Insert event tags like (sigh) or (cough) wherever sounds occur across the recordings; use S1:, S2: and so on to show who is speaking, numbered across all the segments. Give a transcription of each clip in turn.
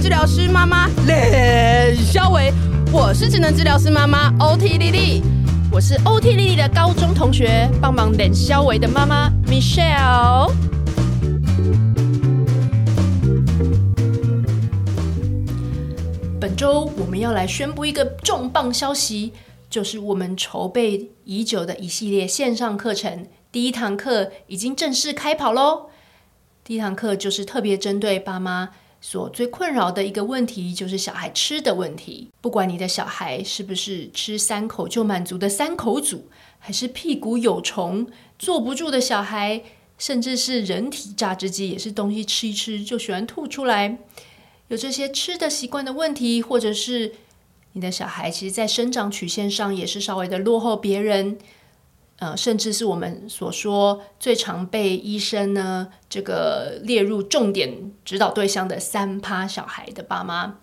S1: 治疗师妈妈冷肖维，我是职能治疗师妈妈 OT 丽丽，我是 OT 丽丽的高中同学，帮忙冷肖维的妈妈 Michelle。本周我们要来宣布一个重磅消息，就是我们筹备已久的一系列线上课程，第一堂课已经正式开跑喽。第一堂课就是特别针对爸妈所最困扰的一个问题，就是小孩吃的问题。不管你的小孩是不是吃三口就满足的三口组，还是屁股有虫、坐不住的小孩，甚至是人体榨汁机，也是东西吃一吃就喜欢吐出来。有这些吃的习惯的问题，或者是你的小孩其实，在生长曲线上也是稍微的落后别人，呃，甚至是我们所说最常被医生呢这个列入重点指导对象的三趴小孩的爸妈，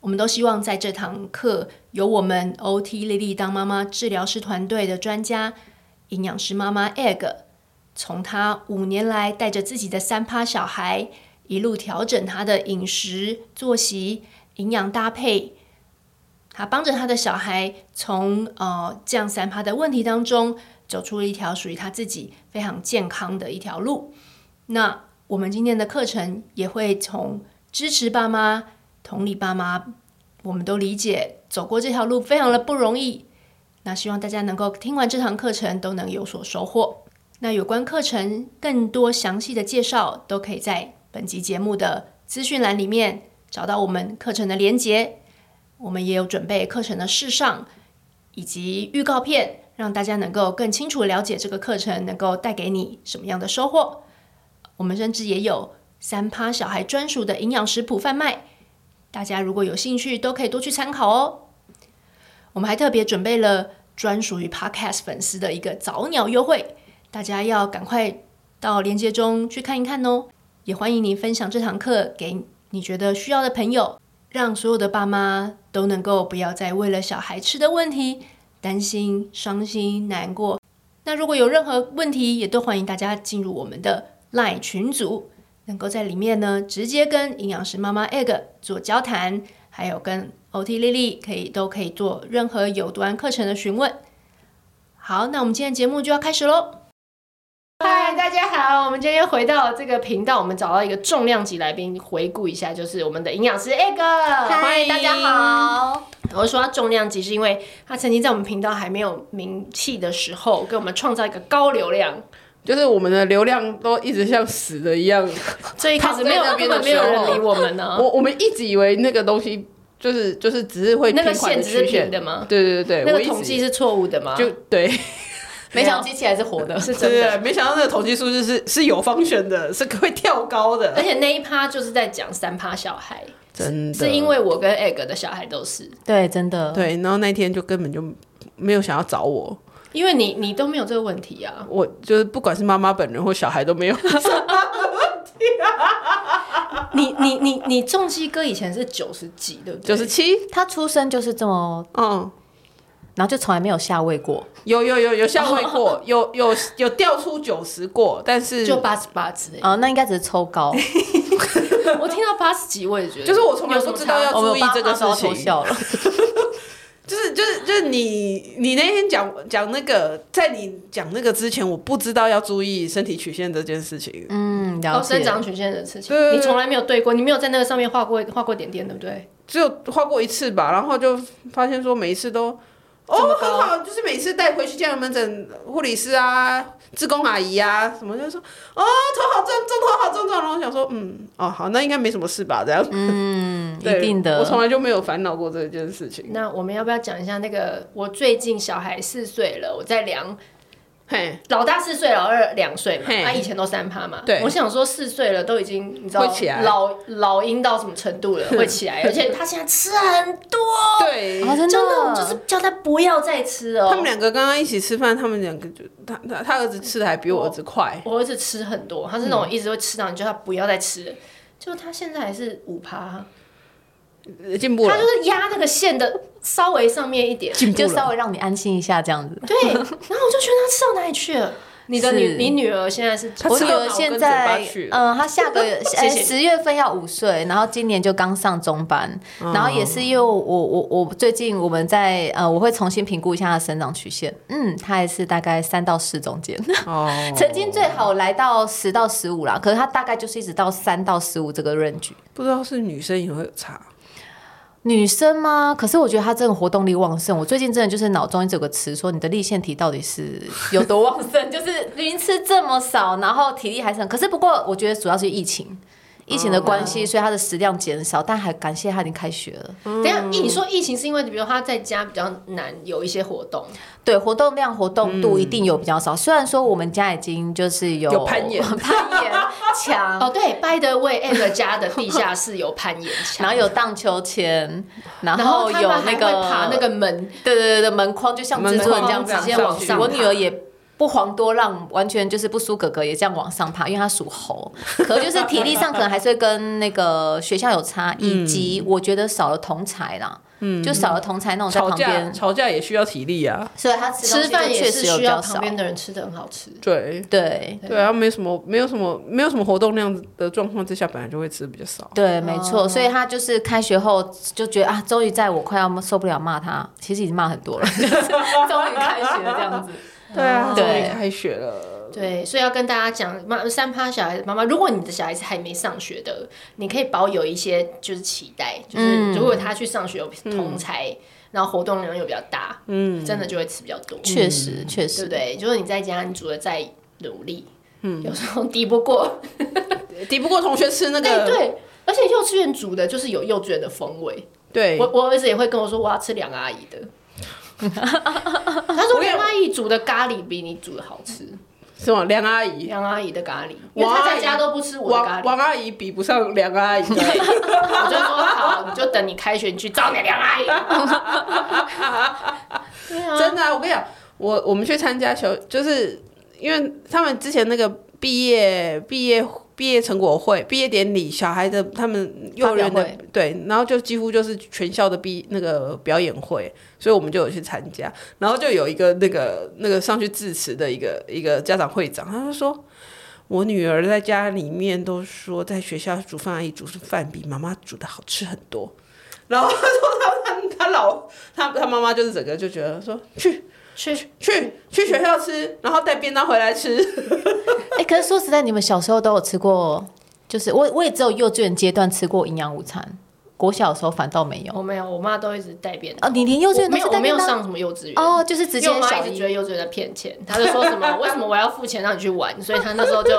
S1: 我们都希望在这堂课由我们 OT 丽丽当妈妈治疗师团队的专家营养师妈妈 Egg，从她五年来带着自己的三趴小孩一路调整她的饮食、作息、营养搭配，他帮着他的小孩从呃这样三趴的问题当中走出了一条属于他自己非常健康的一条路。那我们今天的课程也会从支持爸妈、同理爸妈，我们都理解走过这条路非常的不容易。那希望大家能够听完这堂课程都能有所收获。那有关课程更多详细的介绍，都可以在本集节目的资讯栏里面找到我们课程的连结。我们也有准备课程的事项以及预告片，让大家能够更清楚了解这个课程能够带给你什么样的收获。我们甚至也有三趴小孩专属的营养食谱贩卖，大家如果有兴趣都可以多去参考哦。我们还特别准备了专属于 Podcast 粉丝的一个早鸟优惠，大家要赶快到链接中去看一看哦。也欢迎您分享这堂课给你觉得需要的朋友，让所有的爸妈都能够不要再为了小孩吃的问题担心、伤心、难过。那如果有任何问题，也都欢迎大家进入我们的 LINE 群组，能够在里面呢直接跟营养师妈妈 Egg 做交谈，还有跟 OT 丽丽可以都可以做任何有关课程的询问。好，那我们今天节目就要开始喽。嗨，大家好，我们今天又回到这个频道，我们找到一个重量级来宾，回顾一下，就是我们的营养师 Egg，欢迎
S2: 大家。好，
S1: 我说他重量级是因为他曾经在我们频道还没有名气的时候，给我们创造一个高流量。
S3: 就是我们的流量都一直像死的一样，
S1: 最一开始没有
S3: 躺在那
S1: 根
S3: 边的
S1: 本没有
S3: 时候
S1: 人理我们呢、
S3: (laughs) 我我们一直以为那个东西就是就是只是会
S1: 那个
S3: 平缓
S1: 线
S3: 地
S1: 只是
S3: 曲线
S1: 平的吗
S3: 对对对
S1: 那
S3: 对，我
S1: 个
S3: 一
S1: 统计
S3: 直
S1: 是错误的吗？
S3: 就 (laughs) 对。
S2: 没想到机器还是活
S3: (laughs)
S2: 的，
S1: 是真
S3: 对
S1: 的。
S3: 对，没想到那个统计数字是是有方选的，是会跳高
S1: 而
S3: 的，
S1: 且那一趴就是在讲三趴小孩，
S3: 真的。
S1: 是因为我跟 egg 的小孩都是，
S2: 对，真的，
S3: 对，然后那天就根本就没有想要找我，
S1: 因为你你都没有这个问题啊。
S3: 我就是不管是妈妈本人或小孩都
S1: (laughs)
S3: 没有。
S1: 你你你你重击哥以前是九十几，对不对？
S3: 九十七，
S2: 他出生就是这么，
S3: 嗯，
S2: 然后就从来没有下位过，
S3: 有有有有下位过，有有有掉出九十过，但是
S1: 就八十八之类。
S2: 哦，那应该只是抽高，
S1: (laughs) 我听到八十几，我也觉得
S3: 就是我从来不知道要
S2: 我
S3: 注
S2: 们
S3: 意
S2: 爸
S3: 这个
S2: 妈
S3: 事
S2: 都要
S3: 情
S2: 偷。笑了，
S3: 就是就是就是你你那天讲讲那个，在你讲那个之前，我不知道要注意身体曲线这件事情。
S2: 嗯，了
S1: 哦，生
S2: 解，
S1: 长曲线的事情
S3: 对，对
S1: 你
S3: 对
S1: 从来没有对过，你没有在那个上面画过画过点点，对不对？
S3: 只有画过一次吧，然后就发现说每一次都哦
S1: 这么高
S3: 很好，就是每次带回去健康门诊护理师啊、志工阿姨啊什么，就说哦头好重，重头好重重，然后我想说嗯哦好，那应该没什么事吧这样。
S2: 嗯，一
S3: 对
S2: 定的，
S3: 我从来就没有烦恼过这件事情。
S1: 那我们要不要讲一下那个？我最近小孩四岁了，我在量
S3: 嘿，
S1: 老大四岁，老二两岁嘛，
S3: 嘿
S1: 他、以前都三趴嘛。
S3: 对
S1: 我想说四岁了都已经你知道
S3: 会起来
S1: 老老鹰到什么程度了，会起
S3: (laughs)
S1: 来，而且他现在吃很多，
S3: 对，
S2: 哦，真
S1: 真的，
S2: 的
S1: 我就是叫他不要再吃哦。
S3: 他们两个刚刚一起吃饭，他们两个就他他他儿子吃的还比我儿子快。
S1: 我儿子吃很多，他是那种
S2: 嗯
S1: 一直会吃到你叫他不要再吃了，就他现在还是五趴，
S3: 呃进步了
S1: 他就，是压那个线的稍微上面一点。
S3: 进步
S2: 就 (laughs)
S3: 了，
S2: 稍微让你安心一下这样子，
S1: 对，然后我就觉得他吃到哪里去了，你的女
S2: 是
S1: 你女儿现在是
S3: 她
S2: 我
S3: 吃
S2: 女
S3: 到
S2: 儿
S3: 脑
S2: 现
S3: 跟嘴巴
S2: 在
S3: 去，了
S2: 嗯，她下个
S3: (laughs)
S2: 月
S1: 谢
S2: 哎
S1: 谢你
S2: 十月份要五岁，然后今年就刚上中班，
S3: 嗯
S2: 然后也是因为我我我最近我们在呃，我会重新评估一下她的生长曲线，嗯，她还是大概三到四中间，
S3: 哦，
S2: (laughs) 曾经最好来到十到十五啦，可是她大概就是一直到三到十五这
S3: (laughs)
S2: 个 range。
S3: 不知道是女生也会有差，
S2: 女生吗？可是我觉得她真的活动力旺盛。我最近真的就是脑中一直有个词，说你的立腺体到底是有多旺盛？ (laughs) 就是明明吃这么少，然后体力还是很……可是不过我觉得主要是疫情，疫情的关
S1: 哦啊
S2: 系，所以她的食量减少。但还感谢她已经开学了，
S1: 等一下，你说疫情是因为比如她在家比较难有一些活动，
S2: 对活动量、活
S1: 嗯
S2: 动度一定有比较少。虽然说我们家已经就是有
S3: 有攀岩
S2: (laughs) 攀岩墙，
S1: (laughs) 哦，对，By the way，Ed 家的地下室有攀岩墙，
S2: (laughs) 然后有荡秋千，然
S1: 然后
S2: 后
S1: 他
S2: 有
S1: 们还
S2: 那
S1: 会
S2: 个
S1: 爬那个门，
S2: (laughs) 对对对对，门框就像
S3: 门
S2: 蜘蛛人这样
S3: 框
S2: 直
S3: 这
S2: 接
S3: 样
S2: 往
S3: 上
S2: 上。
S3: 去
S2: 我女儿也不遑多让，完全就是不输哥哥，也这样往上爬，因为她属
S3: (laughs)
S2: 猴，可能就是体力上可能还是会跟那个学校有差，以
S3: 嗯
S2: 及我觉得少了同才啦，就少了同才那种在
S3: 吵
S2: 旁
S3: 架
S2: 边，
S3: 嗯吵架也需要体力啊，
S2: 所以她吃东
S1: 吃
S2: 西
S1: 饭
S2: 就
S1: 也
S2: 确
S1: 是
S2: 实有
S1: 需
S2: 比
S1: 要
S2: 较
S1: 旁
S2: 少。
S1: 边的人吃的很好吃。
S3: 对。
S2: 对
S3: 对啊，没什么，没有什么，没有什么活动量的状况之下，本来就会吃比较少。
S2: 对，没
S3: 哦
S2: 错，所以她就是开学后就觉得啊，终于在我快要受不了骂她，其实已经骂很多
S3: (laughs)
S2: 了，就是终于开学这样子。
S3: 对啊，终于
S2: 对
S3: 开学了，
S1: 对，所以要跟大家讲，妈三趴小孩子妈妈，如果你的小孩子还没上学的，你可以保有一些就是期待，就是如果他去上学有同才，然后活动量又比较大，嗯，真的就会吃比较多，
S2: 确实，确
S1: 对
S2: 实
S1: 不，对？就是你在家你煮的再努力，嗯，有时候敌不过，
S3: 敌不过同学吃那
S1: 哎、
S3: 个，
S1: 对。而且幼稚园煮的就是有幼稚园的风味，
S3: 对
S1: 我我儿子也会跟我说我要吃梁阿姨的，他说梁阿姨煮的咖喱比你煮的好吃，
S3: 什么梁阿姨，
S1: 梁阿姨的咖喱，因为他在家都不吃我的咖喱
S3: 王。王阿姨比不上梁阿姨，
S1: 我就说好，你就等你开学你去找你梁阿姨。对啊，
S3: 真的、啊，我跟你讲，我我们去参加小，就是因为他们之前那个毕业毕业毕业成果会、毕业典礼，小孩的他们幼儿园的
S2: 发表
S3: 对，然后就几乎就是全校的毕那个表演会，所以我们就有去参加，然后就有一个那个那个上去致辞的一个一个家长会长，他就说。我女儿在家里面都说，在学校煮饭阿姨煮的饭比妈妈煮的好吃很多。然后她说 (laughs) 她她她老她她妈妈就是整个就觉得说去
S1: 去
S3: 去去学校吃，然后带便当回来吃。
S2: (laughs) 哎、可是说实在，你们小时候都有吃过，就是我我也只有幼稚园阶段吃过营养午餐，国小的时候反倒没有。
S1: 哦我没有，我妈都一直带便当。
S2: 哦，你连幼稚
S1: 我
S2: 园都
S1: 没
S2: 是
S1: 有，我
S2: 带
S1: 没
S2: 便
S1: 有
S2: 当
S1: 上什么幼稚园。
S2: 哦，就是直接
S1: 因为我妈
S2: 小
S1: 一直
S2: 一
S1: 觉得幼稚园在骗钱，她就说什么为什么我要付钱让你去玩，所以她那时候就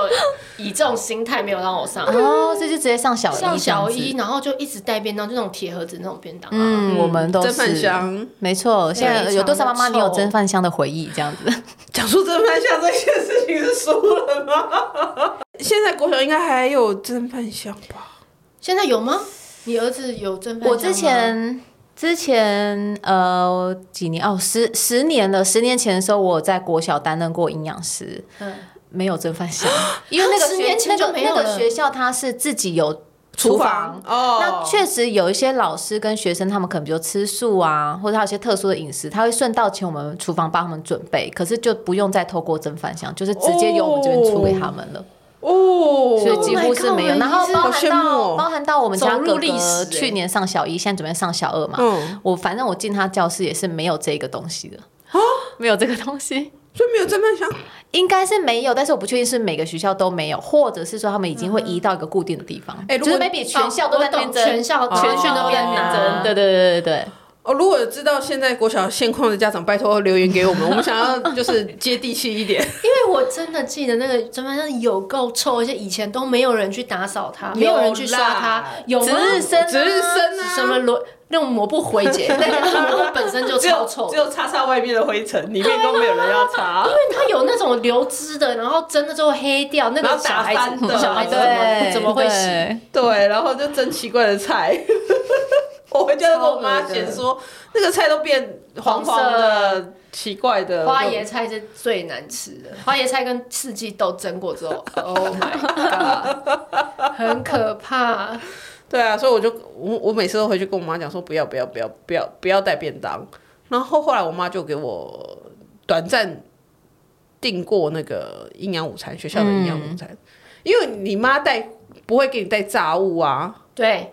S1: 以这种心态没有让我上
S2: 哦，所以就直接上小一
S1: 上小
S2: 这样子。
S1: 一，然后就一直带便当，就那种铁盒子那种便当啊。
S2: 嗯，我们都
S3: 蒸
S2: 是
S3: 饭香，
S2: 没错。现在有多少妈
S1: 非
S2: 妈
S1: 常的
S2: 你有
S1: 臭
S2: 蒸饭香的回忆？这样子，
S3: 讲述蒸饭香这件事情是输了吗？现在国小应该还有蒸饭香吧？
S1: 现在有吗？你儿子有蒸饭箱吗？
S2: (laughs) 我之前之前呃几年哦十十年了，十年前的时候，我有在国小担任过营养师，
S1: 嗯
S2: 没有蒸
S1: (gasps)
S2: 饭香，因为那个
S1: 十
S2: 学
S1: 年前
S2: 那
S1: 就
S2: 个
S1: 没有
S2: 那个
S1: 了
S2: 学校它是自己有
S3: 厨房哦
S2: 那确实有一些老师跟学生，他们可能比如吃素啊，或者他有些特殊的饮食，他会顺道请我们厨房帮他们准备，可是就不用再透过蒸饭箱，就是直接由我们这边出给他们了，
S3: 哦，
S2: 所以几乎是没有。
S1: Oh my god，
S2: 然后包
S3: 好
S2: 含
S3: 羡慕
S2: 到
S3: 哦
S2: 包含到我们家
S1: 走
S2: 哥
S1: 入历史欸
S2: 哥去年上小一，现在准备上小二嘛，
S3: 嗯哦
S2: 我反正我进他教室也是没有这个东西的，没有这个东西。
S3: 所以没有蒸饭香
S2: 应该是没有，但是我不确定是每个学校都没有，或者是说他们已经会移到一个固定的地方，
S3: 哎如
S2: 就
S3: 果
S2: 是 maybe 全校都在那
S1: 哦我懂
S2: 边争，
S1: 全校
S2: 全校都在那边
S1: 哦
S2: 争，对对对对对。
S3: 哦。如果有知道现在国小现况的家长，拜托留言给我们，我们想要就是接地气一点。
S1: 因为我真的记得那个蒸饭箱有够臭，而且以前都没有人去打扫它，
S3: 有啦
S1: 没有人去刷它，有吗
S2: 值日生啊
S3: 值日生啊
S1: 什么轮那种抹布回
S3: (laughs)
S1: 解，但是那个抹布本身就
S3: 只
S1: 超
S3: 有
S1: 臭
S3: 只。有擦擦外面的灰尘，里面都没有人要擦
S1: 因。为它有那种流汁的，然后蒸了之后黑掉，那
S3: 然
S1: 个
S3: 后
S1: 小
S3: 打
S1: 孩
S3: 翻
S1: 子
S2: (laughs)
S3: 的
S1: 小孩子怎么
S2: 对，
S1: 怎么会洗？
S2: 对
S3: (laughs) 对，然后就蒸奇怪的菜。 (laughs) 我回家就跟我妈嫌说，那个菜都变黄黄的、奇怪的。
S1: 花椰菜是最难吃的，花椰菜跟四季豆蒸过之
S3: (laughs)
S1: 后，Oh my god，很可怕。
S3: 对啊，所以我就我我每次都回去跟我妈讲说，不要不要不要不要不要带便当。然后后来我妈就给我短暂订过那个营养午餐，学校的营养午餐，因为你妈带不会给你带炸物啊，
S1: 对，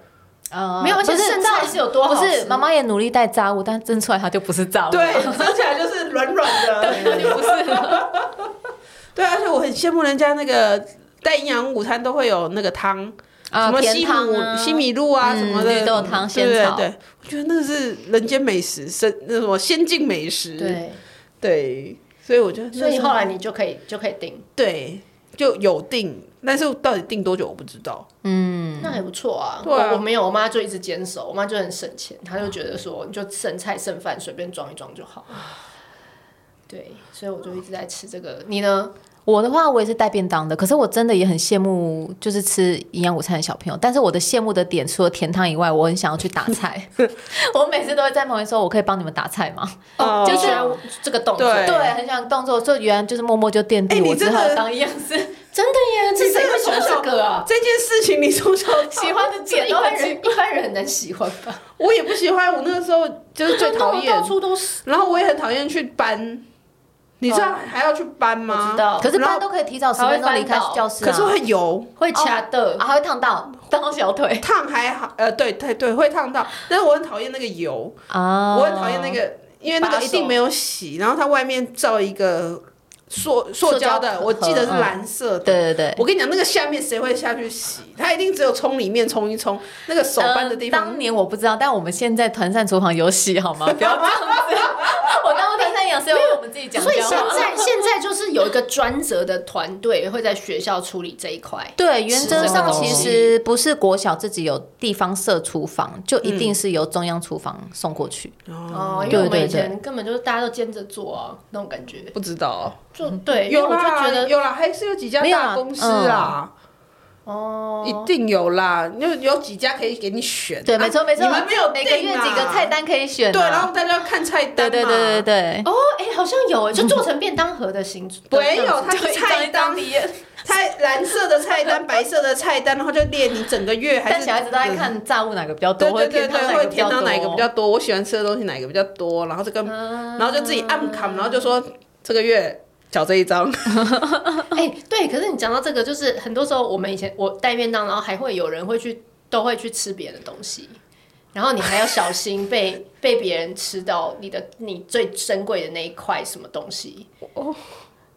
S2: 呃
S1: 没有而且
S2: 不
S1: 剩
S2: 炸
S1: 菜是有多好
S2: 不是
S1: 吃
S2: 妈妈也努力带炸物，但蒸出来它就不是炸物，
S3: 对，吃起来就是软软
S2: (laughs)
S3: 的，
S2: 哦就不是了。
S3: (laughs) 对，而且我很羡慕人家那个带营养午餐都会有那个汤，
S2: 啊
S3: 什么西
S2: 甜汤
S3: 米、
S2: 啊
S3: 西米露啊什么的，
S2: 嗯绿豆汤
S3: 对
S2: 仙草
S3: 对对，我觉得那是人间美食，生那什么先进美食，
S1: 对，
S3: 对所以我觉得那时
S1: 所
S3: 候，
S1: 以后来你就可以就可以订，
S3: 对就有定，但是到底定多久我不知道。
S1: 那还不错啊。
S3: 对啊
S1: 我我没有，我妈就一直坚守，我妈就很省钱，她就觉得说你就剩菜剩饭随便装一装就好。对，所以我就一直在吃这个。你呢？
S2: 我的话，我也是带便当的，可是我真的也很羡慕，就是吃营养午餐的小朋友。但是我的羡慕的点，除了甜汤以外，我很想要去打 (laughs) 菜。我每次都会在旁边说：“我可以帮你们打菜吗
S3: 哦
S1: 就
S2: 就是
S1: 这个动作，？”
S3: 对
S2: 对，很想动作，所以原来就是默默就奠
S3: 哎
S2: 定
S3: 你
S2: 我之
S3: 真的
S2: 后当营养师。
S1: 真的耶！这谁会喜欢这个啊？
S3: 这件事情你从小 (laughs)
S1: 喜欢的点
S2: 这
S1: 都很
S2: 一般
S1: 人，一般人很难喜欢 (laughs) 吧？
S3: 我也不喜欢，我那个时候就是最讨厌
S1: 到，处都是。
S3: 然后我也很讨厌去搬，你知道还要去搬吗？
S1: 哦我知道
S2: 可是
S3: 然
S2: 班
S3: 后
S2: 都可以提早十分钟离开教室、啊，
S3: 可是会油。
S1: 会掐的、
S2: 啊，还会烫 (laughs) 到烫到小腿
S3: 烫还好，呃，对对对，会烫到，但是我很讨厌那个油，
S2: 啊
S3: 我很讨厌那个，因为那
S1: 把
S3: 个
S1: 手
S3: 一定没有洗，然后它外面罩一个塑塑胶
S2: 塑胶
S3: 的，
S2: 盒
S3: 我记得是蓝色的。
S2: 啊对对对。
S3: 我跟你讲，那个下面谁会下去洗？它一定只有冲里面冲一冲，那个手搬的地
S2: 呃
S3: 方
S2: 当。年我不知道，但我们现在团扇厨房有洗
S3: (laughs)
S2: 好吗？不要这样子。 (laughs) 我当过团扇养师，为我们自己讲
S1: 所以
S2: 教
S1: 现。 (laughs) 在现在就是有一个专责的团队会在学校处理这一块。
S2: 对，原则上
S1: 吃这个东
S2: 其
S1: 西
S2: 实不是国小自己有地方设厨
S3: 嗯
S2: 房，就一定是由中央厨房送过去。
S1: 哦，因为
S2: 对
S1: 我们
S2: 对
S1: 以前根本就是大家都兼着做啊，那种感觉。
S3: 不知道，
S1: 就嗯对，因为
S3: 有
S1: 我就
S3: 啦
S1: 觉得
S3: 有啦，还是有几家
S2: 没有
S3: 大
S2: 啦
S3: 公司啦，
S1: 哦，
S3: 一定有啦，有有几家可以给你选。
S2: 对，
S3: 啊
S2: 没错没错，
S3: 你们没有
S2: 每个月
S3: 定啊
S1: 哦
S2: 几个菜，单可以选啊。
S3: 对，然后大家看菜单
S2: 对
S3: 嘛，
S2: 对对对对。
S1: 哦，哎，好像有哎，就做
S3: (laughs)
S1: 成便当盒的形状。
S3: 没有，它
S1: 这样子
S3: 是菜单，
S1: (laughs)
S3: 菜蓝色的菜单、白色的菜单，然后就列你整个月还
S2: 但
S3: 是
S2: 小孩子都爱看炸物哪个比
S3: (laughs)
S2: 较多，
S3: 对
S2: 或者
S3: 对
S2: 甜汤
S3: 对对，
S2: 哪
S3: 会
S2: 个比
S3: 填
S2: 较
S3: 到
S2: 多，
S3: 哪一个比较多，我喜欢吃的东西哪一个比较多，然后这个，然后就自己暗砍，然后就说这个月缴这一张，
S1: 哎、对，可是你讲到这个，就是很多时候我们以前我带便当，然后还会有人会去，都会去吃别人的东西，然后你还要小心
S3: (laughs)
S1: 被被别人吃到你的你最珍贵的那一块什么东西。
S3: 哦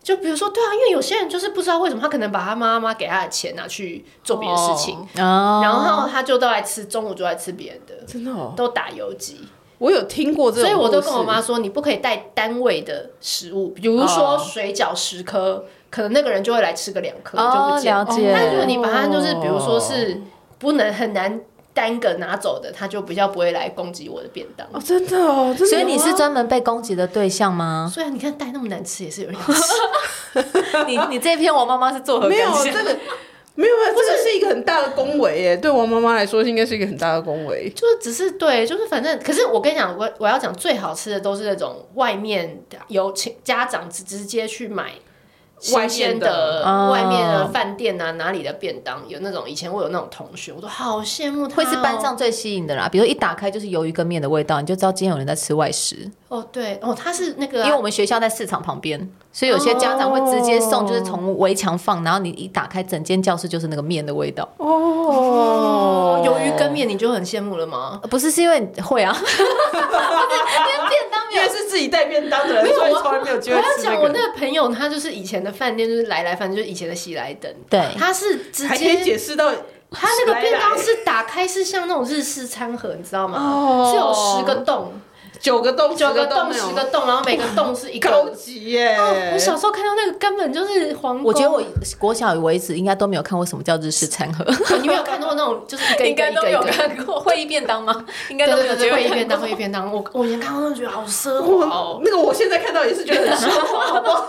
S1: 就比如说，对啊，因为有些人就是不知道为什么他可能把他妈妈给他的钱拿去做别的事情，
S2: 哦
S1: 然
S3: 啊
S1: 后他就都来吃，中午就来吃别人的，
S3: 真的哦，
S1: 都打游击。
S3: 我有听过这种
S1: 所
S3: 故
S1: 以
S3: 事，
S1: 我都跟我妈说，你不可以带单位的食物，比如说
S2: 哦
S1: 水饺十颗，可能那个人就会来吃个两颗，就
S2: 哦
S1: 不见
S2: 了解
S1: 但如果你把它就是，比如说是不能很难单个拿走的，他就比较不会来攻击我的便当。
S3: 哦，真的哦，真的
S2: 所以你是
S3: 有啊
S2: 专门被攻击的对象吗？
S1: 虽然你看带那么难吃，也是有人要吃。
S2: 你你这篇王妈妈是作何
S3: 没有
S2: 感想？
S3: 这个。没有没啊有，这个是一个很大的恭维耶，对王妈妈来说应该是一个很大的恭维。
S1: 就是只是对，就是反正，可是我跟你讲，我我要讲最好吃的都是那种外面的有请家长直直接去买
S3: 外
S1: 新鲜
S3: 面的
S2: 哦
S1: 外面的饭店啊，哪里的便当有那种，以前我有那种同学，我都好羡慕他、哦
S2: 会是
S3: 哦
S2: 班。上最吸引的啦，比如一打开就是鱿鱼跟面的味道，你就知道今天有人在吃外食。
S1: 哦，对，哦，他是那个
S2: 因
S1: 啊、
S2: 为我们学校在市场旁边，所以有些家长会直接送，
S3: 哦
S2: 就是从围墙放，然后你一打开，整间教室就是那个面的味道。
S3: 哦
S1: 鱿鱼羹面，你就很羡慕了吗？
S2: 呃不是，是因为你会啊，
S1: 便当
S3: 因为是自己带便当的人，所以从来没有机
S1: 我
S3: 会
S1: 要
S3: 吃
S1: 讲
S3: 那
S1: 我
S3: 个。
S1: 那个朋友，他就是以前的饭店，就是来来饭，就是以前的喜来登，
S2: 对
S1: 他是直
S3: 还可以
S1: 接。
S3: 解释到
S1: 他那个便
S3: 来
S1: 当
S3: 来
S1: 是打开是像那种日式餐盒，你知道吗？
S3: 哦
S1: 是有十个洞，
S3: 九个洞，呃
S1: 九个
S3: 个
S1: 洞，
S3: 那种
S1: 十个洞，然后每个洞是一个。哦
S3: 高级耶！
S1: 我小时候看到那个根本就是皇宫，
S2: 我觉得我国小以为止应该都没有看过什么叫日式餐 (laughs) 盒，
S1: (laughs) 你没有看到那种就是一个一个一个一个。
S2: 看过会议便当吗？应该
S1: 对对对，会议便
S2: 便
S1: 当，
S2: 当。
S1: 会议便当，我我以前看到都觉得好奢华
S3: 我
S1: 哦。
S3: 那个我现在看到也是觉得很奢华，好不好？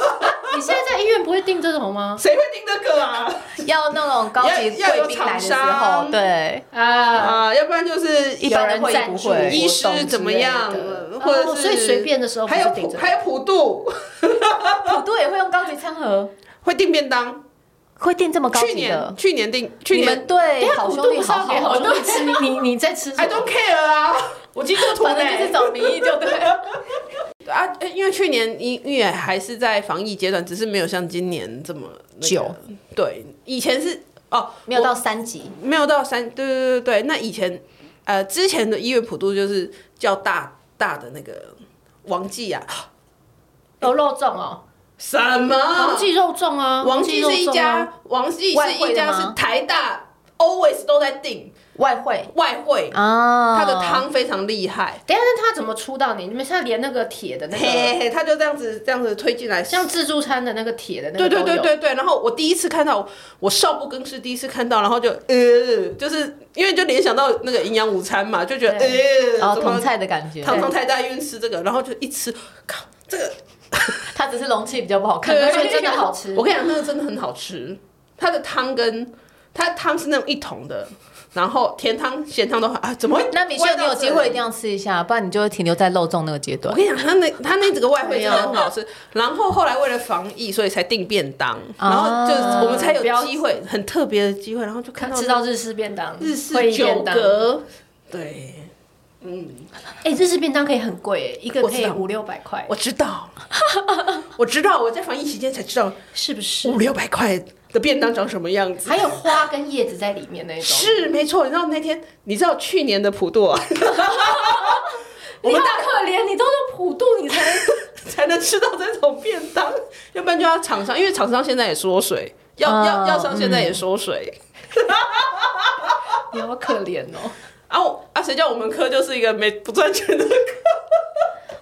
S1: 你现在在医院不会订这种吗？
S3: 谁会订那个啊？
S2: 要那种高级
S3: 要要有
S2: 贵宾来的时
S3: 厂
S2: 候，
S3: 商
S2: 对，
S1: 啊，
S3: 啊，要不然就是
S2: 一般的
S1: 有人
S2: 会议不会
S1: 赞助
S3: 医师怎么样
S1: 活动之类的，
S3: 或者
S1: 哦
S3: 是
S1: 所以随便的时候不
S3: 还有
S1: 是订
S3: 普
S1: 这
S3: 还
S1: 个。
S3: 有普渡
S2: 普渡也会用高级餐盒，
S3: 会订便当，
S2: 会订这么高
S3: 去
S2: 级的
S3: 年。去年订去
S2: 你
S3: 年
S2: 们对好
S1: 普
S2: 兄
S1: 渡
S2: 弟
S1: 不是
S2: 好
S1: 要给哎好
S2: 好，
S1: 兄
S2: (laughs)
S1: 弟吃，你你你在吃什
S3: I don't
S1: 么？
S3: care 啊，我基督徒呢
S2: 反正就是找名义就对了。
S3: 啊，呃因为去年音乐还是在防疫阶段，只是没有像今年这么、那个
S2: 久。
S3: 对，以前是哦，
S2: (laughs) 没有到三级，
S3: 没有到三，对对对对。那以前呃，之前的音乐普渡就是叫大大的那个王记啊，
S1: 有肉粽哦，
S3: 什么
S1: 王？记肉粽啊，
S3: 嗯王记
S1: 肉
S3: 是一
S1: 粽啊，
S3: 家，王记
S2: 外
S3: 是
S2: 汇
S3: 一
S2: 的
S3: 家
S2: 吗
S3: 是台大，always 都在订
S2: 外汇
S3: 外汇，
S2: 啊，
S3: 他的汤非常厉害。
S1: 等一下，那他怎么出到你？你们现在连那个铁的那
S3: 嘿
S1: 个，
S3: 嘿，他就这样子这样子推进来，
S1: 像自助餐的那个铁的那
S3: 对
S1: 个都
S3: 对
S1: 有，
S3: 对对对，然后我第一次看到，我少不更事，第一次看到，然后就呃，就是因为就联想到那个营养午餐嘛，就觉得
S2: 然
S3: 呃，
S2: 后
S3: 怎么
S2: 哦同菜的感觉，
S3: 堂堂太大院吃这个，然后就一吃，靠，这个
S2: 它只是容器比较不好看，
S3: 对，
S2: 而
S1: 所
S2: 且
S1: 以真的好吃
S3: 我跟你讲，那个真的很好吃，它的汤跟它的汤是那种一桶的，然后甜汤、咸汤都很啊，怎么会？
S2: (laughs) 那米秀，你有机会一定
S3: 要。
S2: 要吃一下，不然你就会停留在肉粽那个阶段
S3: 我。跟你讲，他那他那整个外汇真的很好吃，然后后来为了防疫，所以才订便当，然后就
S2: 啊
S3: 我们才
S1: 不要
S3: 有机会，很特别的机会，然后就看到
S1: 吃到日式便当，
S3: 日式
S1: 会议
S3: 九
S1: 便当。
S3: 格，对，
S1: 哎、日式便当可以很贵，一个
S3: 我
S1: 可
S3: 知
S1: 以
S3: 道
S1: 五六百块
S3: 我，知道， (laughs) 我知道，我在防疫期间才知道
S1: 是不是
S3: 五？六百块的便当长什么样子。
S1: 还有花跟叶子在里面那种，
S3: 是没错，你知道那天，你知道去年的普渡啊， (laughs)
S1: 你好可怜，你都是普渡，你才
S3: (laughs) 才能吃到这种便当，要不然就要厂商，因为厂商现在也缩水，要、
S1: 嗯
S3: 要
S2: 哦
S3: 要商现在也缩水。
S1: 你好可怜哦。
S3: 啊我啊，谁叫我们科就是一个没不赚钱的科，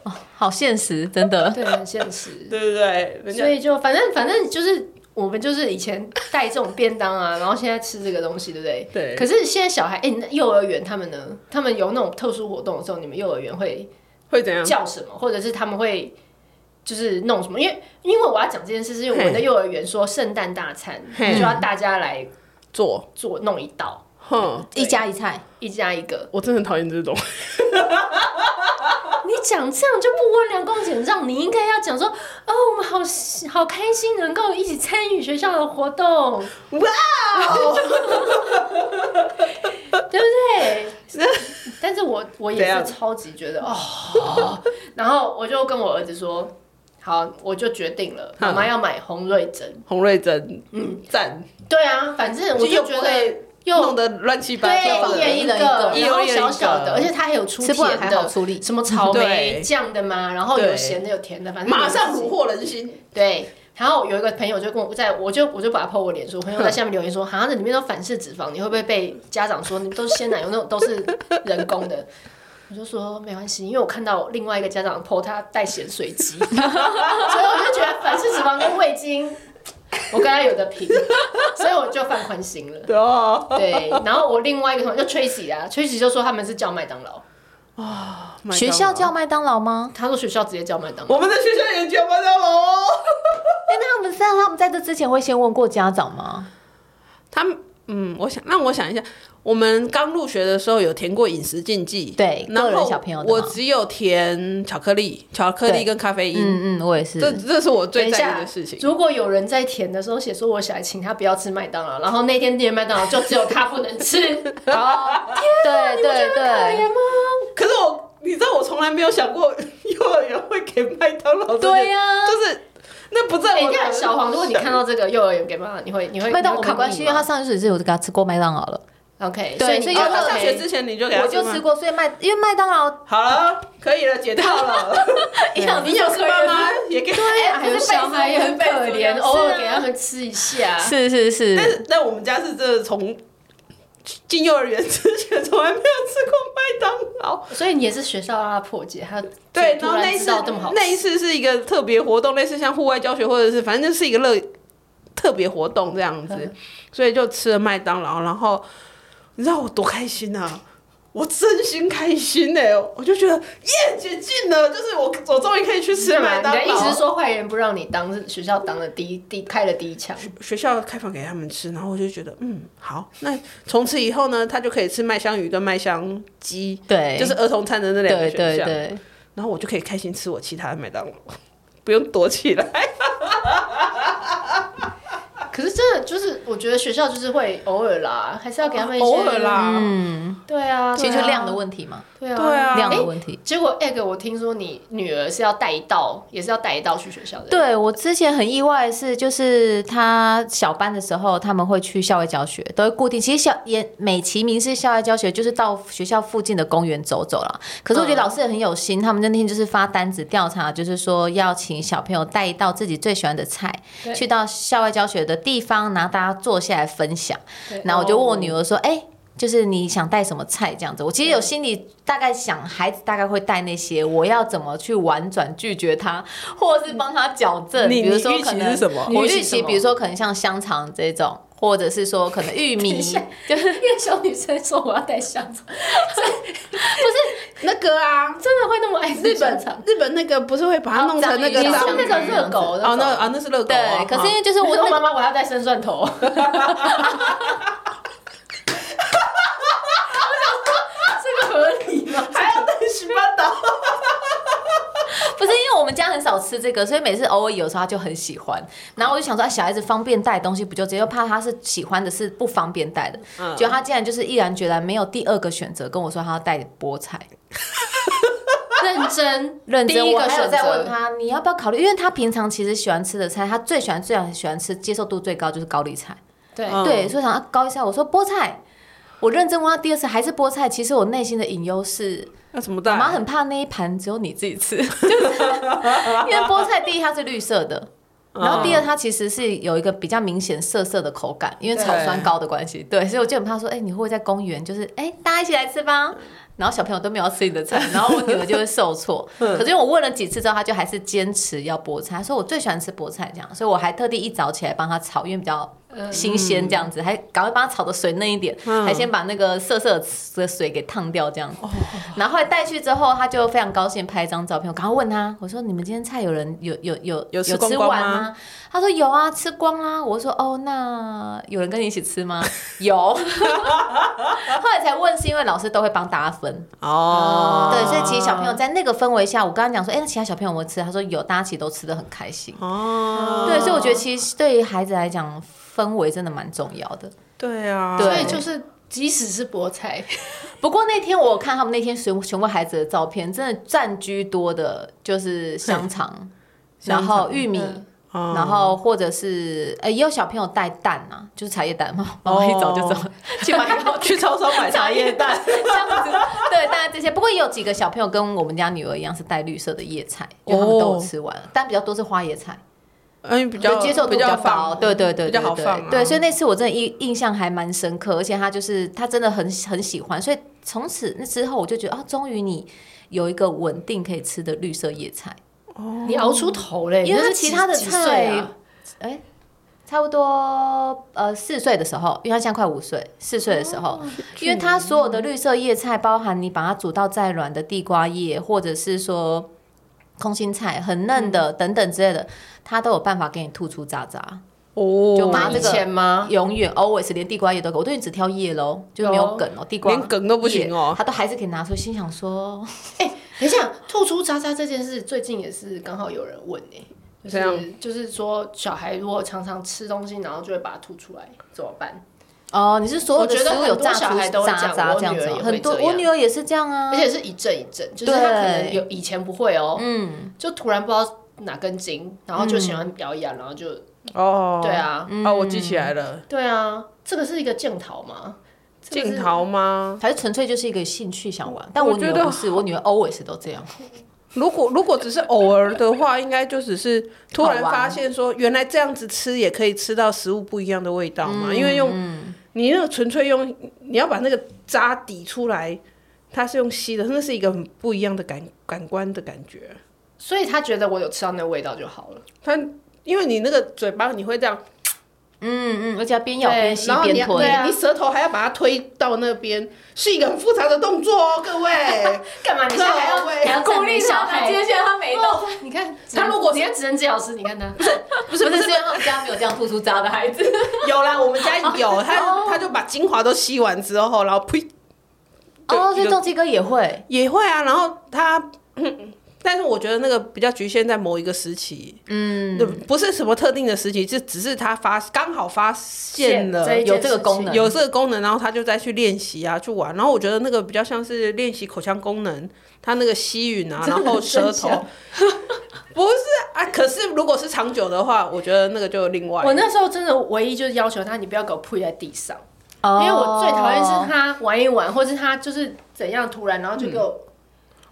S3: (laughs)
S2: 好现实，真的。
S1: 对，很现实。
S3: 对不对？人
S1: 所
S3: 家
S1: 以就反正反正就是我们就是以前带这种便当啊，然后现在吃这个东西，对不对？
S3: 对
S1: 可是现在小孩，哎、那幼儿园他们呢？他们有那种特殊活动的时候，你们幼儿园会
S3: 会怎样？
S1: 叫什么，或者是他们会就是弄什么？因为因为我要讲这件事，是因为我们的
S3: 嘿
S1: 幼儿园说圣诞大餐，
S3: 嘿
S1: 就要大家来
S3: 做，
S1: 做弄一道，
S3: 哼，
S2: 一家一菜，
S1: 一家一个。
S3: 我真的很讨厌这种。 (laughs)
S1: 你讲这样就不温良恭俭让，你应该要讲说，哦，我们好好开心能够一起参与学校的活动，
S3: 哇哦，
S1: 对不对？但是我我也
S3: 怎
S1: 是
S3: 样
S1: 超级觉得哦，然后我就跟我儿子说，好，我就决定了，妈
S3: 嗯
S1: 妈要买红瑞珍。
S3: 洪瑞珍，嗯，赞，
S1: 对啊，反正我
S3: 就又
S1: 就
S3: 不
S1: 觉得
S3: 会弄
S1: 又
S3: 得乱七八糟
S1: 对，
S3: 的，
S1: 一人一个，
S2: 一人
S3: 一
S1: 然
S3: 个
S1: 后小小的，而且它还有出
S2: 吃不完
S1: 甜
S2: 还好
S1: 的，
S2: 处理。
S1: 什么草莓
S3: 对
S1: 酱的嘛，然后有
S3: 对
S1: 咸的有甜的，反正
S3: 马
S1: 你
S3: 上
S1: 自己
S3: 虏获人心。
S1: 对，然后有一个朋友就跟我在，我就我就把他 po 我脸书，
S3: (laughs)
S1: 朋友在下面留言说，好像这里面都反式脂肪，你会不会被家长说你们都是鲜奶油那种都是人工的？ (laughs) 我就说没关系，因为我看到另外一个家长 po 他带咸水
S3: (laughs)
S1: 鸡，所以我就觉得反式脂肪跟味精，我跟他有的拼，所以我就放宽心了。
S3: 对哦
S1: (laughs) (laughs) 对，啊然后我另外一个朋友就 Tracy 啊，Tracy 就说他们是叫麦当劳，
S2: 学校叫麦当劳吗？
S1: 他说学校直接叫麦当劳，
S3: 我们的学校也叫麦当劳。
S2: 哎，那他们在他们在这之前会先问过家长吗？
S3: 他们嗯，我想让我想一下，我们刚入学的时候有填过饮食禁忌，
S2: 对
S3: 然
S2: 个人
S3: 后
S2: 小朋友的嘛
S3: 我只有填巧克力，巧克力
S2: 对
S3: 跟咖啡因，
S2: 嗯嗯，我也是。
S3: 这这是我
S1: 等
S3: 最
S1: 一
S3: 在意
S1: 下
S3: 的事，情。
S1: 如果有人在填的时候写说我小孩请他不要吃麦当劳，然后那天订的麦当劳就只有他不能
S3: (laughs)
S1: 吃，
S2: 哦对对对，
S3: 可是我，你知道我从来没有想过 (laughs) 幼儿园会给麦当劳这件，
S2: 对呀
S3: 就是那不在
S1: 哎，
S3: 我
S1: 你
S3: 的
S1: 看小黄，如果你
S3: (laughs)
S1: 看到这个幼儿园给妈妈，你会你会
S2: 麦当劳
S1: 你
S2: 没
S1: 会抗
S2: 关系，
S1: 议
S2: 因为
S1: 吗
S2: 他上一次也是有给他吃过麦当劳了，
S1: OK，所
S2: 对所
S1: 以
S2: 以
S1: 你
S2: 幼
S3: 哦
S2: 儿
S3: 他
S2: 园
S3: 上学
S1: OK，
S3: 之前你就给他
S2: 我就
S3: 吗
S2: 吃过，所以麦因为麦当劳
S3: 好了，可以了，解套了。
S2: (laughs) 营养
S3: 你有是妈妈也给，
S1: 对
S2: 哎
S1: 啊，还有小孩也很可怜，
S2: 是啊
S1: 偶尔给他们吃一下，
S2: (laughs) 是是
S3: (laughs) 但
S2: 是，
S3: 是但我们家是真的从进幼儿园之前从来没有吃过麦当劳。
S1: 所以你也是学校让他破解，他
S3: 对，
S1: 突
S3: 然后那一
S1: 知
S3: 次
S1: 道这么好吃
S3: 那一次是一个特别活动，类似像户外教学，或者是反正就是一个乐特别活动这样子，
S1: 嗯
S3: 所以就吃了麦当劳，然后你知道我多开心啊！我真心开心哎、我就觉得耶，解禁了，就是我我终于可以
S1: (laughs)
S3: 去吃
S1: 干嘛
S3: 麦当
S1: 你的意思是
S3: 劳。
S1: 说坏人不让你当，是学校当了第一第开了第一枪，
S3: 学校开放给他们吃，然后我就觉得嗯好，那从此以后呢，他就可以吃麦香鱼跟麦香鸡，
S2: 对，
S3: 就是儿童餐的那两
S2: 对
S3: 个选项。
S2: 对对，
S3: 然后我就可以开心吃我其他的麦当劳，不用躲起来。
S1: 可是真的的就是，我觉得学校就是会偶尔啦，还是要给他们一些嗯
S3: 偶尔。啦，
S1: 对啊，
S2: 嗯其实就量的
S1: 题。
S2: 问题嘛，
S1: 对啊，
S3: 对啊
S2: 量的
S1: 诶
S2: 问题。
S1: 结果 egg，我听说你女儿是要带一道，也是要带一道去学校的。，
S2: 对我之前很意外的是，就是他小班的时候，他们会去校外教学，都会固定。其实校也美其名是校外教学，就是到学校附近的公园走走啦。可是我觉得老师也很有心，他们那天就是发单子调查，就是说要请小朋友带一道自己最喜欢的菜，
S1: 对
S2: 去到校外教学的地方，然后大家坐下来分享。
S1: 对
S2: 然后我就问我
S1: (laughs)
S3: 哦
S2: 女儿说：“哎、就是你想带什么菜这样子？”我其实有心里大概想，孩子大概会带那些，我要怎么去婉转拒绝他，或者是帮他矫正。
S3: 你
S2: 比如说
S3: 你预期
S2: 可能
S3: 是什么
S2: 我
S1: 你预期
S2: 预
S1: 是
S2: 期
S1: 什么
S2: 比如说可能像香肠这种，或者是说可能玉
S3: (laughs)
S2: 米，
S1: 就是一个小女生说我要带香肠，
S3: 那个啊，
S1: 真的会那么爱
S3: 日
S1: 吃香肠
S3: 本？日本那个不是会把它弄成那
S2: 哦
S3: 个
S1: 你
S2: 章鱼
S1: 说
S3: 章
S2: 香
S3: 鱼
S1: 那个热狗
S3: 哦，那
S1: 种
S3: 啊那是热狗
S2: 对
S3: 啊，。
S2: 可是因
S3: 啊
S2: 为就是
S1: 我
S2: 我
S1: 说
S2: 那
S1: 妈妈，我要带生蒜头。 (laughs) 我想说，这个合理吗？
S3: 还要带十八岛，
S2: 不是因为我们家很少吃这个，所以每次偶尔有时候他就很喜欢。然后我就想说，啊、小孩子方便带东西不就直接怕他是喜欢的是不方便带的，
S3: 嗯
S2: 结果他竟然就是毅然决然没有第二个选择，跟我说他要带菠菜。
S1: 认真，
S2: 认真，
S1: 第一
S2: 我
S1: 个
S2: 还有
S1: 选
S2: 在问
S1: 择。
S2: 他你要不要考虑，因为他平常其实喜欢吃的菜，他最喜欢最喜欢吃接受度最高就是高丽菜。
S1: 对，
S3: 嗯
S2: 对，所以想要啊高丽菜，我说菠菜，我认真问他第二次还是菠菜，其实我内心的隐忧是
S3: 那怎么
S2: 我
S3: 带？
S2: 妈很怕那一盘只有你自己吃，就是因为菠菜第一它是绿色的，然后第二它其实是有一个比较明显涩涩的口感，因为草酸高的关系，对，所以我就很怕说，哎、你会不会在公园就是，哎、大家一起来吃吧。然后小朋友都没有要吃你的菜，然后我女儿就会受挫。可是因为我问了几次之后，她就还是坚持要菠菜，她说我最喜欢吃菠菜这样，所以我还特地一早起来帮她炒，因为比较
S1: 嗯
S2: 新鲜这样子，还赶快帮它炒的水嫩一点，
S3: 嗯
S2: 还先把那个涩涩的水给烫掉这样子。
S3: 哦
S2: 然后后来带去之后，他就非常高兴拍一张照片。我赶快问他，我说：“你们今天菜有人有有有
S3: 有吃
S2: 吃
S3: 光光
S2: 完
S3: 吗
S2: 吗？”他说：“有啊，吃光啊。”我说：“哦，那有人跟你一起吃
S3: (laughs)
S2: 吗？”有。后来才问，是因为老师都会帮大家分，
S3: 哦，
S2: 对，所以其实小朋友在那个氛围下，我刚刚讲说：“哎，那其他小朋友有没有吃？”他说：“有，大家其实都吃的很开心。”
S3: 哦，
S2: 对，所以我觉得其实对于孩子来讲，氛围真的蛮重要的。
S3: 对啊，
S2: 对
S1: 所以就是，即使是菠菜，
S2: 不过那天我看他们那天询询问孩子的照片，真的占居多的就是香肠，然后玉米。
S1: 嗯
S3: 哦
S2: 然后或者是呃，也有小朋友带蛋啊，就是茶叶蛋嘛，妈妈一早就走、
S3: 哦
S2: 去买一包
S3: 去超商买 (laughs) 茶叶蛋，
S2: 这样子。对，大家这些。不过也有几个小朋友跟我们家女儿一样是带绿色的叶菜，就他们都有吃完了，但比较多是花椰菜。
S3: 嗯，比较
S2: 就接受度
S3: 比
S2: 比
S3: 较
S2: 较高，
S3: 放，
S2: 对对对
S3: 比较
S2: 对
S3: 好
S2: 对
S3: 放啊，
S2: 对，所以那次我真的印印象还蛮深刻，而且他就是他真的很很喜欢，所以从此那之后我就觉得啊，终于你有一个稳定可以吃的绿色叶菜，
S1: 你熬出头嘞，
S2: 因为
S1: 你那
S2: 他
S1: 是几
S2: 其他的
S1: 几岁
S2: 菜
S1: 啊，
S2: 哎。差不多呃四岁的时候，因为他现在快五岁，四岁的时候，
S3: 哦
S2: 因为他所有的绿色叶菜，包含你把它煮到再软的地瓜叶，或者是说空心菜很嫩
S3: 嗯
S2: 的、等等之类的，他都有办法给你吐出渣渣。
S3: 哦，
S2: 就把
S1: 妈
S2: 这
S1: 以
S2: 个
S1: 前吗？
S2: 永远 always 连地瓜叶都给我，我都已经只挑叶喽，就没有梗哦，地瓜
S3: 连梗都不行哦
S2: 叶他都还是可以拿出，心想说，
S1: 等一下，吐出渣渣这件事，最近也是刚好有人问呢、就
S3: 这
S1: 是
S3: 样
S1: 就是说，小孩如果常常吃东西，然后就会把它吐出来，怎么办？
S2: 哦，你是所有的
S1: 我觉
S2: 食
S1: 得
S2: 物有炸
S1: 很多小
S2: 出
S1: 孩都会
S2: 渣渣这
S1: 这样
S2: 样子
S1: 我女儿
S2: 哦
S1: 也，会
S2: 很多
S1: 这样
S2: 我女儿也是这样啊
S1: 而，且是一阵一阵，就是他可能
S2: 对
S1: 有以前不会哦、
S2: 嗯，
S1: 就突然不知道哪根筋，然后就喜欢表演，然后就
S3: 哦，
S1: 对，啊，
S3: 哦，我记起来了，
S1: 对啊，这个是一个镜头嘛？这个是
S3: 镜头吗？
S2: 还是纯粹就是一个兴趣想玩，但
S3: 我
S2: 我女
S3: 觉得
S2: 儿不是，我女儿 always 都这样，
S3: 如果如果只是偶尔的话，应该就只是突然
S2: 好玩
S3: 发现说，原来这样子吃也可以吃到食物不一样的味道嘛。因为用你那个纯粹用，你要把那个渣抵出来，它是用吸的，那是一个很不一样的感感官的感觉。
S1: 所以他觉得我有吃到那味道就好了。
S3: 它因为你那个嘴巴你会这样，
S2: 嗯嗯，而且她边咬
S1: 对
S2: 边吸
S3: 然后你
S2: 边
S3: 要
S2: 推
S1: 对，啊
S3: 你你舌头还要把它推到那边，是一个很复杂的动作哦，各位。
S1: 干嘛？你现在
S2: 啊
S1: 还
S3: 各
S1: 要
S3: 位
S1: 还 (laughs) 要赞美小
S2: (laughs)
S1: 孩？
S2: 下来他没动，
S1: 哦你看他如果你看只能治疗师，你看他
S2: 不是不是，是因为他们家没有这样吐出渣的孩子，
S1: (laughs)
S3: (laughs) 有啦，我们家有，
S1: 哦
S3: 他他就把精华都吸完之后，然后呸，
S2: 哦，
S3: 就
S2: 所
S3: 一
S2: 以
S3: 个
S2: 仲基哥也会，
S3: 也会啊，然后他但是我觉得那个比较局限在某一个时期，嗯，不是什么特定的时期，就只是他发刚好
S1: (laughs)
S3: 发现了
S1: 这一
S2: 有这个功能
S3: 有这个功能，然后他就再去练习啊，去玩。然后我觉得那个比较像是练习口腔功能，他那个吸吮啊，然后舌头
S1: (laughs) 真的，
S3: (laughs) 不是啊。可是如果是长久的话，我觉得那个就另外。
S1: 我那时候真的唯一就是要求他，你不要给我扑在地上，因为我最讨厌
S2: 哦
S1: 是他玩一玩，或是他就是怎样突然，然后就给我，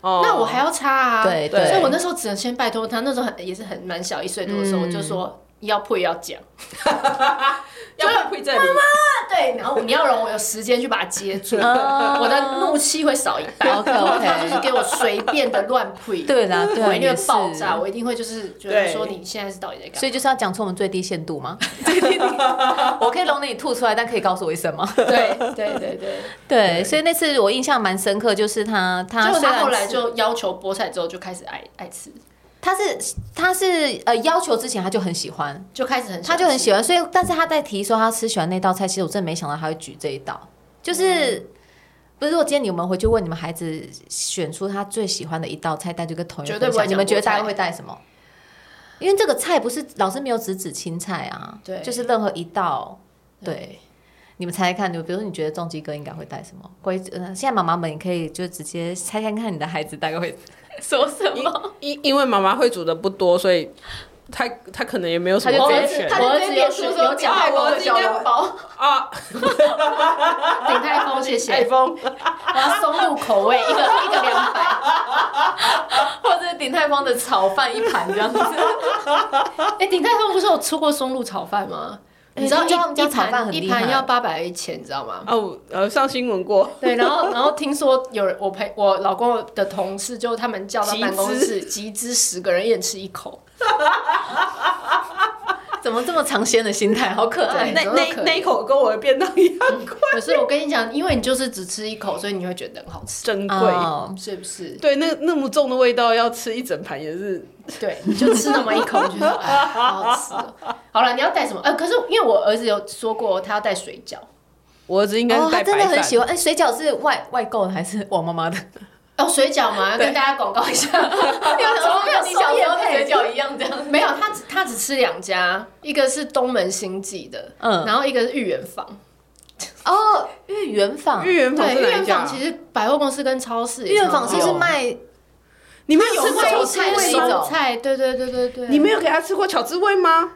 S3: 哦
S1: 那我还要擦啊。
S2: 嗯对
S3: 对
S1: 所以我那时候只能先拜托他。那时候很也是很蛮小，一岁多的时候，
S2: 嗯
S1: 我就说要破也要讲。
S3: 要会这里，
S1: 啊，对，然后你要让我有时间去把它接住，
S2: 哦
S1: 我的怒气会少一半。
S2: OK，OK
S1: 他就是给我随便的乱扑，
S2: (laughs) 对啦，对
S1: 我
S2: 啊，
S1: 一定
S2: 也
S1: 会
S2: 是
S1: 爆炸，我一定会就是觉得说你现在是到底在干嘛
S2: 所以就是要讲出我们最低限 (laughs) 度吗？我可以容忍你吐出来，但可以告诉我一声吗？？
S1: 对对对 (laughs) 对。
S2: 对，所以那次我印象蛮深刻，就是他他
S1: 结果
S2: 虽
S1: 他
S2: 然
S1: 后来
S2: 是
S1: 就要求菠菜之后就开始爱爱吃，
S2: 他是他是呃要求之前他就很喜欢，
S1: 就开始很
S2: 他就很喜
S1: 欢
S2: 欢，所以但是他在提说他吃喜欢那道菜，其实我真的没想到他会举这一道，就是。不是，如果今天你们回去问你们孩子选出他最喜欢的一道菜，带这个同学
S1: 绝
S2: 分
S1: 对
S2: 享，
S1: 不会
S2: 你们
S1: 讲
S2: 觉得
S1: 菠菜
S2: 大概会带什么？因为这个菜不是老师没有只指青菜啊，
S1: 对
S2: 就是任何一道，
S1: 吃
S2: 对，你们猜猜看，就比如说你觉得重基哥应该会带什么？关于呃，现在妈妈们也可以就直接猜看看你的孩子大概会说什么。
S1: (laughs)
S3: 因因为妈妈会煮的不多，所以他他可能也没有什
S2: 他
S3: 么
S2: 就
S1: 我
S3: 备
S1: 儿
S2: 直
S1: 子
S2: 接
S3: 选
S2: 他
S1: 我儿子有说有讲太多的小笼包，
S3: 啊。
S1: (laughs)
S3: 哎
S1: 鼎泰丰谢
S3: 海
S1: 谢，
S3: 风，
S1: 我要松露口味一个一个两百，
S2: (laughs) 或者鼎泰丰的炒饭一盘这样子。
S1: 哎，鼎泰丰不是有出过松露炒饭吗？
S2: 哎
S1: 你知道
S2: 听说他
S1: 一
S2: 们家
S1: 一
S2: 炒饭很
S1: 盘一
S2: 厉害
S1: 盘要八百一千，你知道吗？
S3: 哦，呃，上新闻过，
S1: 对，然 (laughs) 后然后听说有人，我陪我老公的同事，就他们叫到办公室集资十个人，一人吃一口。
S2: (laughs) 怎么这么尝鲜的心态，好可
S1: 对！
S2: 爱
S3: 那
S1: 怎么
S3: 那
S1: 可以嗯
S3: 那一口跟我的便当一样贵，
S1: 可是我跟你讲，因为你就是只吃一口，所以你会觉得很好吃，
S3: 珍贵。
S2: 哦，
S1: 是不是？
S3: 对，那那么重的味道，要吃一整盘也是
S1: 对，你就吃那么一口，你就说哎，好好吃哦。好了，你要带什么？呃，可是因为我儿子有说过，他要带水饺。
S3: 我儿子应该是
S2: 哦他
S3: 带
S2: 真
S3: 白
S2: 的很喜
S3: 饭。
S2: 欢。哎，水饺是外外购的还是王妈妈的？
S1: 哦，水饺嘛，要跟大家广告一 (laughs) 下，没有
S2: 你小时候的水
S1: 饺。
S2: 饺一样这样。
S1: (laughs) 没有，他只他只吃两家，一个是东门新记的，
S2: 嗯
S1: 然后一个是豫园坊。
S2: 哦，芋圆坊，
S3: 芋圆坊
S1: 对，
S3: 是
S1: 豫
S3: 哪
S1: 园
S3: 一家
S1: 坊
S3: 啊
S1: 其？实百货公司跟超市也
S2: 芋圆
S1: 差
S2: 嗯坊
S1: 不
S2: 是
S1: 多，
S2: 不是卖
S3: 你们有
S1: 有
S3: 吃过
S1: 卖
S3: 巧
S1: 有
S3: 汁
S1: 菜
S2: 味
S3: 味
S2: 那
S3: 吗？
S1: 蔬
S2: 种
S1: 菜，对对对对对。
S3: 你没有给他吃过巧汁味吗？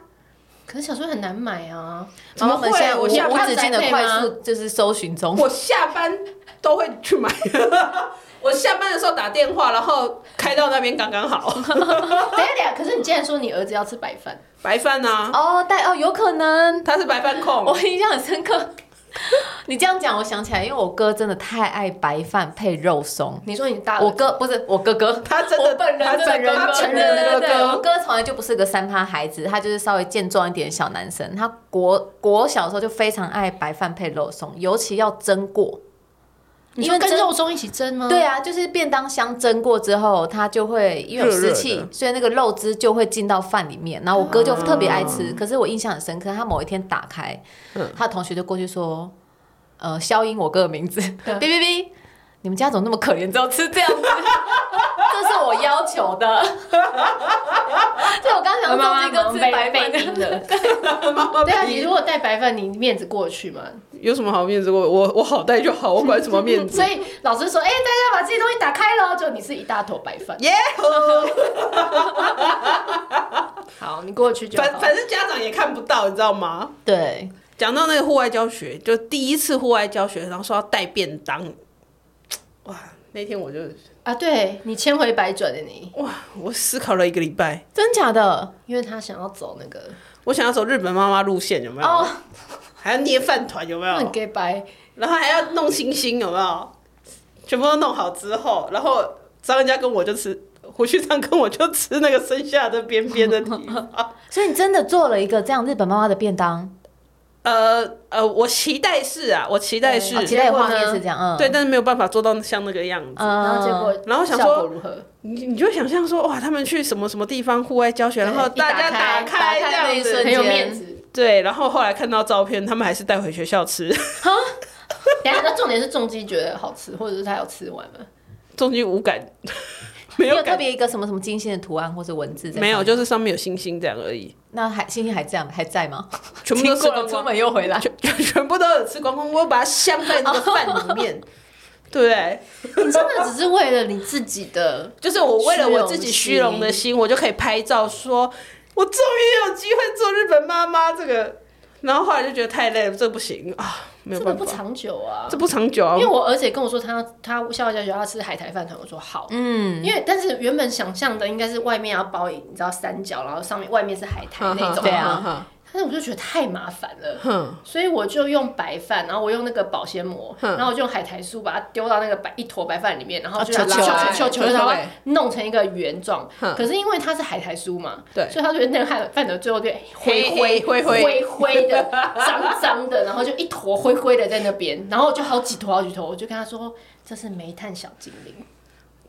S1: 可是小时候很难买啊，
S3: 怎么
S2: 我们
S3: 会
S2: 现在无
S3: 我
S2: 无
S3: 下班
S2: 止境的
S1: 宅配
S2: 快
S1: 吗
S2: 速就是搜寻中。
S3: 我下班都会去买。 (laughs) 我下班的时候打电话，然后开到那边刚刚好。 (laughs)
S1: 等一下等一下，可是你竟然说你儿子要吃白饭，
S3: 白饭啊，
S2: 哦，但哦，有可能
S3: 他是白饭控。
S2: 我印象很深刻。 (laughs) 你这样讲，我想起来，因为我哥真的太爱白饭配肉松。
S1: 你说你大
S2: 我哥不是我哥哥，
S3: 他真的
S2: 我本人
S3: 他
S2: 真的
S3: 真的
S2: 他
S3: 他
S2: 承
S3: 承
S2: 认的
S3: 认的
S2: 对
S3: 哥哥
S2: 我哥从来就不是个三趴孩子，他就是稍微健壮一点的小男生。他国国小的时候就非常爱白饭配肉松，尤其要蒸过。
S1: 你说
S2: 因为
S1: 跟
S2: 蒸
S1: 肉松一起蒸吗？
S2: 对，啊，就是便当箱蒸过之后，它就会因为有湿气，
S3: 热热的
S2: 所以那个肉汁就会进到饭里面。然后我哥就
S3: 啊
S2: 特别爱吃，可是我印象很深刻，他某一天打开，他的同学就过去说：“呃，消音我哥的名字，哔
S1: 嗯
S2: 哔哔，你们家怎么那么可怜，只有吃这样子？这是我要求的。”
S1: 啊
S2: 所以我刚想
S1: 妈妈
S2: 说，这个
S1: 忙
S2: 吃
S1: 被
S2: 白饭
S1: (laughs) 被阴了。
S3: 妈妈
S1: 对啊，你如果带白饭，你面子过得去吗？
S3: 有什么好面子？我我我好带就好，我管什么面子
S1: 所？以老师说，哎，大家把自己东西打开喽，就你是一大坨白饭。
S3: 耶！
S1: (laughs) 好，你过去就
S3: 反
S1: 好。
S3: 反正家长也看不到，你知道吗？
S2: 对，
S3: 讲到那个户外教学，就第一次户外教学，然后说要带便当，哇！那天我就
S1: 啊，对你千回百转的你，
S3: 哇，我思考了一个礼拜，
S2: 真假的
S1: 因为他想要走那个，
S3: 我想要走日本妈妈路线，有没有？
S2: 哦，
S3: 还要捏饭团，有没
S1: 很
S3: 有？
S1: 给白。
S3: 然后还要弄星星，有没有？全部都弄好之后，然后张人家跟我就吃，胡旭章跟我就吃那个剩下的边边的地方。
S2: (laughs) 所以你真的做了一个这样日本妈妈的便当，
S3: 呃呃，我期待是啊，我期待是，
S1: 对
S2: 哦，期
S1: 结
S2: 待
S1: 果
S2: 画
S1: 呢
S2: 面是这样，嗯，
S3: 对，但是没有办法做到像那个样子。
S2: 嗯，
S1: 然后结果，
S3: 然后想说
S1: 效果如何？
S3: 你你就想象说，哇，他们去什么什么地方户外教学，
S1: 对
S3: 然后哦大家
S1: 一打开
S3: 开
S2: 打开那一
S3: 这样
S2: 瞬
S3: 子，
S1: 很
S2: 间
S1: 有面子。
S3: 对，然后后来看到照片，他们还是带回学校吃， (laughs)
S1: 等一下，那重点是重击觉得好吃，或者是他有吃完吗？
S3: 中间无感。 (laughs) 没有
S2: 有特
S3: 感
S2: 别一个什么什么精心的图案或者文字在上面？
S3: 没有，就是上面有星星这样而已，
S2: 那还星星还在还在吗？
S3: 全部都
S2: 经
S3: 吃
S2: 过
S3: 光
S2: 了，出
S3: 光，
S2: 门又回来。
S3: 全全全部都有吃光光，我有把它镶在那个饭里 (laughs) 面，对不对？
S1: (laughs) 你真的只是为了你自己的，
S3: (laughs) 就是我为了我自己虚荣的心，我就可以拍照说，我终于有机会做日本妈妈这个。然后后来就觉得太累了，这不行啊，没有
S1: 真的
S3: 办
S1: 不
S3: 法，
S1: 长久啊
S3: 这。不长久啊
S1: 因为。我儿子也跟我说他，他笑笑笑要吃海苔饭团，我说好，嗯，因为但是原本想象的应该是外面要包你知道三角，然后上面外面是海
S3: (laughs)
S1: 苔那种，
S2: 对啊，
S1: 但是我就觉得太麻烦了，
S3: 哼，
S1: 所以我就用白饭，然后我用那个保鲜膜，然后我就用海苔酥把它丢到那个白一坨白饭里面，然后就
S3: 啊
S1: 球
S3: 球
S1: 球
S3: 球哎
S1: 球球，
S3: 球球
S1: 然后
S3: 哎
S1: 弄成一个圆状。
S3: 哼
S1: 可是因为它是海苔酥嘛，
S3: 对
S1: 所以它觉得那个海饭团最后就
S3: 黑
S1: 灰
S3: 灰灰
S1: 灰灰
S3: (laughs)
S1: 的、脏脏的，然后就一坨灰灰的在那边，然后就好几坨好几坨，我就跟他说这是煤炭小精灵，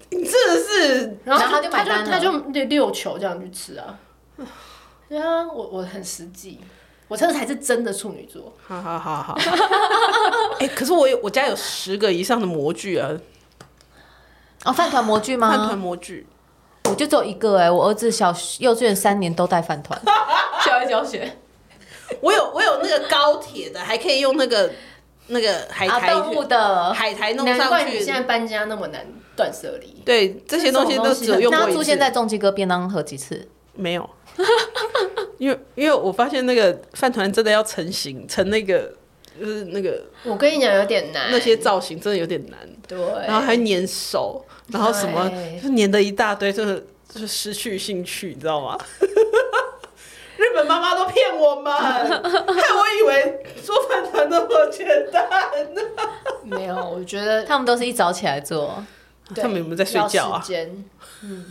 S3: 你真的是
S1: 然后
S2: 然后他就
S1: 就
S2: 买单了
S1: 他就六六球这样去吃啊。对啊，我我很实际，我这才是真的处女座。
S3: 好好好好， (laughs) 哎、可是我有我家有十个以上的模具啊，
S2: 哦，饭团模具
S3: 饭团
S2: 吗？
S3: 模具，
S2: 我就只有一个哎、我儿子小幼稚园三年都带饭
S1: (laughs)
S2: 团，
S1: 哎校外教学，
S3: 我有我有那个高铁的，还可以用那个那个海
S2: 啊，
S3: 苔、
S2: 动物的。
S3: 海苔
S1: (laughs)
S3: 弄
S1: 难怪
S3: 上
S1: 你
S3: 去。
S1: 现在搬家那么难断舍离。
S3: 对这些东西都只有用
S2: 那
S3: 过
S2: 他
S3: 一
S2: 出
S3: 次
S2: 现，在重击哥便当盒几次？
S3: 没有，因为因为我发现那个饭团真的要成型成那个就是那个
S1: 我跟你讲，有点难。
S3: 那些造型真的有点难，
S1: 对，
S3: 然后还粘手，然后什么
S1: 对
S3: 就粘的一大堆，就是就是失去兴趣，你知道吗？ (laughs) 日本妈妈都骗我们，害我以为做饭团那么简单。
S1: 没有，我觉得
S2: 他们都是一早起来做，
S1: 对
S3: 他们有没有在睡觉
S1: 要
S3: 啊
S1: 时？间，嗯，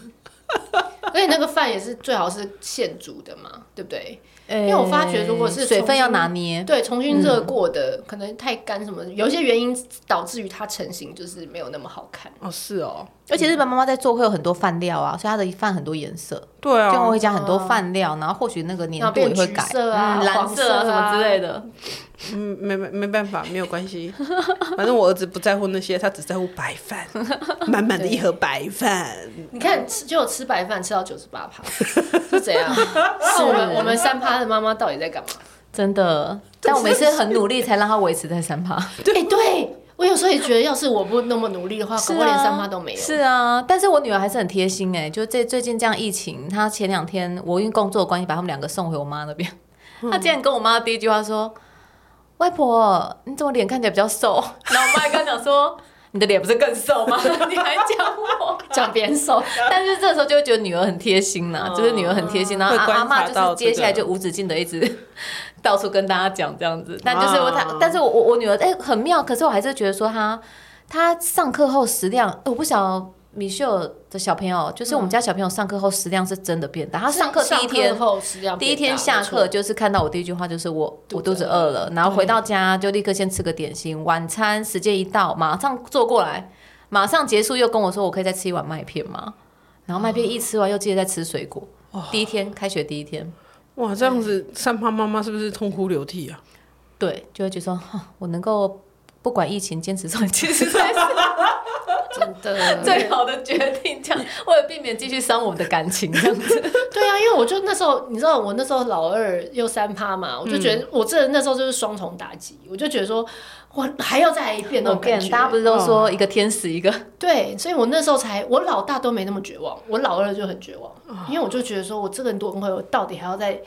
S1: 而且那个饭也是最好是现煮的嘛，对不对？
S2: 因
S1: 为我发觉如果是
S2: 水
S1: 重
S2: 分
S1: 新
S2: 要拿捏，
S1: 对，重新
S3: 嗯
S1: 热过的、可能太干什么的，有一些原因导致于它成型就是没有那么好看。
S3: 哦，是哦，
S2: 而且日本妈妈在做会有很多饭料啊，所以她的饭很多颜色，
S3: 对
S2: 就
S3: 啊
S2: 会，加很多饭料，然后或许那个
S1: 然
S2: 粘
S1: 后
S2: 度也
S1: 变
S2: 会
S1: 橘
S2: 改，
S1: 色啊
S2: 嗯蓝
S1: 黄
S2: 色啊
S1: 色
S2: 什么
S1: 啊
S2: 之类的。
S3: 嗯，没没没办法，没有关系，反正我儿子不在乎那些，他只在乎白
S2: (laughs)
S3: 饭，满满的一盒白饭。
S1: 你
S2: 嗯
S1: 看，吃就有吃白饭吃到九十八趴，是怎样？是我
S2: (laughs)
S1: 们我们三趴的妈妈到底在干嘛？
S2: 真的，但我每次很努力才让他维持在
S1: (laughs)
S2: 三趴，
S1: 对、哎对，我有时候也觉得，要是我不那么努力的话，搞不好连三趴都没有。
S2: 是啊，但是我女儿还是很贴心哎、就这最近这样疫情，她前两天我因为工作的关系把他们两个送回我妈那边，
S1: 嗯
S2: 她竟然跟我妈第一句话说：“外婆，你怎么脸看起来比较瘦？”然后我妈还跟她讲说：“你的脸不是更瘦吗？ (laughs) 你还讲我。”
S1: 讲别人瘦，
S2: (laughs) 但是这时候就会觉得女儿很贴心呐、就是女儿很贴心，然后
S3: 哦会观
S2: 阿阿
S3: 察
S2: 妈就
S3: 到
S2: 是
S3: 这个
S2: 接下来就无止境的一直 (laughs) 到处跟大家讲这样子。
S3: 哦
S2: 但就是我她
S3: 哇，
S2: 但是我我我女儿哎、很妙，可是我还是觉得说她她上课后食量，呃我不晓得米秀的小朋友，就是我们家小朋友上课后食量是真的变大。她上课第一天
S1: 上课后食量
S2: 第
S1: 变
S2: 一天
S1: 大
S2: 下
S1: 没错
S2: 课就是看到我第一句话就是我我肚子饿了，然后回到家就立刻先吃个点心，
S1: 嗯
S2: 晚餐时间一到马上坐过来，马上结束又跟我说我可以再吃一碗麦片吗？然后麦片一吃完又接着再吃水果。第一天开学第一天，
S3: 哇，这样子三胖妈妈是不是痛哭流涕啊？
S2: 对，就会觉得说哼我能够不管疫情坚持做一件事情
S1: 真的
S2: (laughs) 最好的决定，这
S1: 嗯
S2: 样为了避免继续伤我们的感情，
S1: (laughs)
S2: 这样子。
S1: 对啊，因为我就那时候，你知道我那时候老二又三趴嘛，我就觉
S2: 嗯
S1: 得我这那时候就是双重打击，我就觉得说我还要再来一遍那
S2: 我
S1: 种
S2: 跟
S1: 感
S2: 你
S1: 觉。
S2: 大家不是都说一个天使一个
S1: 对，所以我那时候才，我老大都没那么绝望，我老二就很绝望，
S2: 哦
S1: 因为我就觉得说我这个人多会，我到底还要在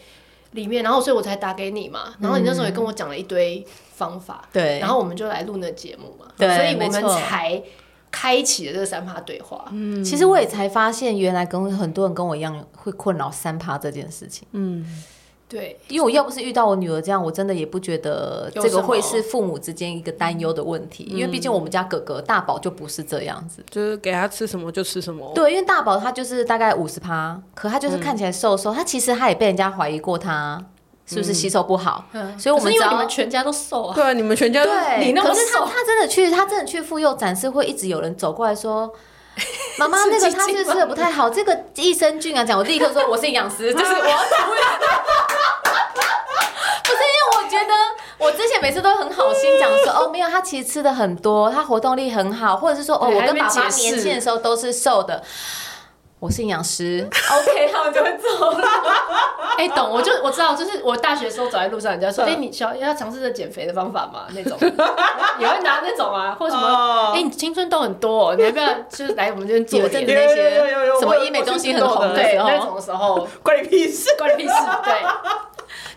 S1: 里面，然后所以我才打给你嘛，然后你那时候也跟我讲了一堆方法，
S2: 嗯对
S1: 然后我们就来录那节目嘛，
S2: 对
S1: 所以我
S2: 没
S1: 们
S2: 错嗯
S1: 才开启了这个三趴对话，
S2: 其实我也才发现，原来跟很多人跟我一样会困扰三趴这件事情。
S1: 对，
S2: 因为我要不是遇到我女儿这样，我真的也不觉得这个会是父母之间一个担忧的问题。因为
S1: 嗯
S2: 毕竟我们家哥哥大宝就不是这样子。
S3: 就是给他吃什么就吃什么。哦
S2: 对，因为大宝他就是大概五十趴，可他
S1: 嗯
S2: 就是看起来瘦瘦，他其实他也被人家怀疑过他是不是吸收不好，
S1: 嗯
S2: 所以我
S1: 可
S2: 们
S1: 是因
S2: 只
S1: 为
S2: 要
S1: 你们全家都瘦啊，
S3: 对啊，你们全家都
S2: 对，
S1: 你那么
S2: 可是他
S1: 瘦
S2: 他真的去，他真的去妇幼展示会，一直有人走过来说。妈妈，那个他是吃的不太好，这个益生菌啊，讲我立刻说我是营养师，就是我要 (laughs) 讲为什么不是因为我觉得我之前每次都很好心讲说哦，没有，他其实吃的很多，他活动力很好，或者是说哦，
S1: 对
S2: 我
S1: 还在
S2: 跟
S1: 那边
S2: 爸爸
S1: 解释
S2: 年轻的时候都是瘦的，我是营养师，OK，他们就会走了。
S1: (laughs) 哎、懂，我就我知道，就是我大学的时候走在路上，人家说，
S3: 嗯
S1: 哎、你小要尝试着减肥的方法嘛，那种，也会拿那种啊，或者什么，
S3: 哦
S1: 哎、你青春痘很多、哦，你要不要就是来我们这边做
S2: 有
S1: 一
S2: 阵
S1: 点
S2: 子
S1: 那
S2: 那
S1: 些，
S3: 有有有
S2: 些
S3: 有
S2: 什
S3: 我
S2: 么
S3: 有
S2: 医美中心
S3: 我
S2: 很
S3: 知道
S2: 红
S3: 的
S2: 的
S1: 对
S2: 时候，
S1: 那种的时候，
S3: 关你屁事。
S1: (laughs) 关你屁事，对。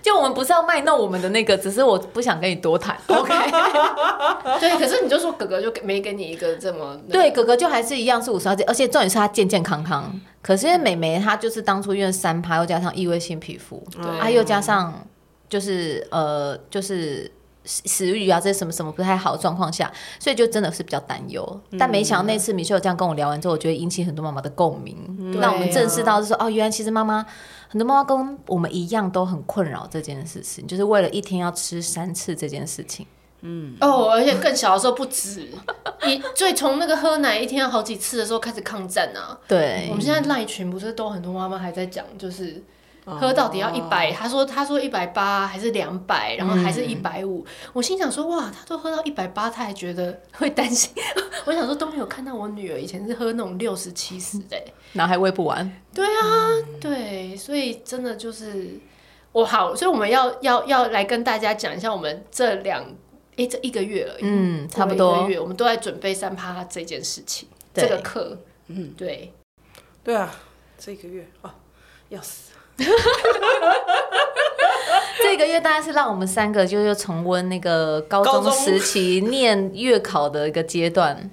S2: 就我们不是要卖弄我们的那个，只是我不想跟你多谈。OK，
S1: 对，可是你就说哥哥就给没给你一个这么那个
S2: 对，哥哥就还是一样是五十二斤，而且重点是他健健康康。可是因为美眉她就是当初因为三趴，又加上异位性皮肤，
S1: 对
S2: 啊，又加上就是呃，就是食食欲啊这些什么什么不太好的状况下，所以就真的是比较担忧。
S1: 嗯
S2: 但没想到那次米秀这样跟我聊完之后，我觉得引起很多妈妈的共鸣，
S1: 对
S2: 让我们
S1: 啊
S2: 正视到是说，哦，原来其实妈妈很多妈妈跟我们一样都很困扰这件事情，就是为了一天要吃三次这件事情。
S1: 哦，而且更小的时候不止，你最从那个喝奶一天要好几次的时候开始抗战啊。
S2: 对
S1: 我，们现在赖群不是都很多妈妈还在讲，就是
S2: 哦
S1: 喝到底要一百、她说她说一百八还是两百，然后还
S2: 嗯
S1: 是一百五。我心想说哇，她都喝到一百八，她还觉得会担心。 (laughs) 我想说都没有看到我女儿以前是喝那种六十七十的欸、
S2: 然后还喂不完。
S1: 对啊，
S2: 嗯
S1: 对，所以真的就是我好，所以我们要要要来跟大家讲一下，我们这两诶这一个月了，
S2: 嗯
S1: 已经
S2: 差
S1: 过了
S2: 不
S1: 一
S2: 多
S1: 个月，我们都在准备三趴这件事情，
S2: 对
S1: 这个课，嗯，对，
S3: 对啊，这个月哦，要死。
S2: 这个月大概是让我们三个就是又重温那个高
S3: 高
S2: 中
S3: 中
S2: 时期念月考的一个阶
S3: (laughs)
S2: 段。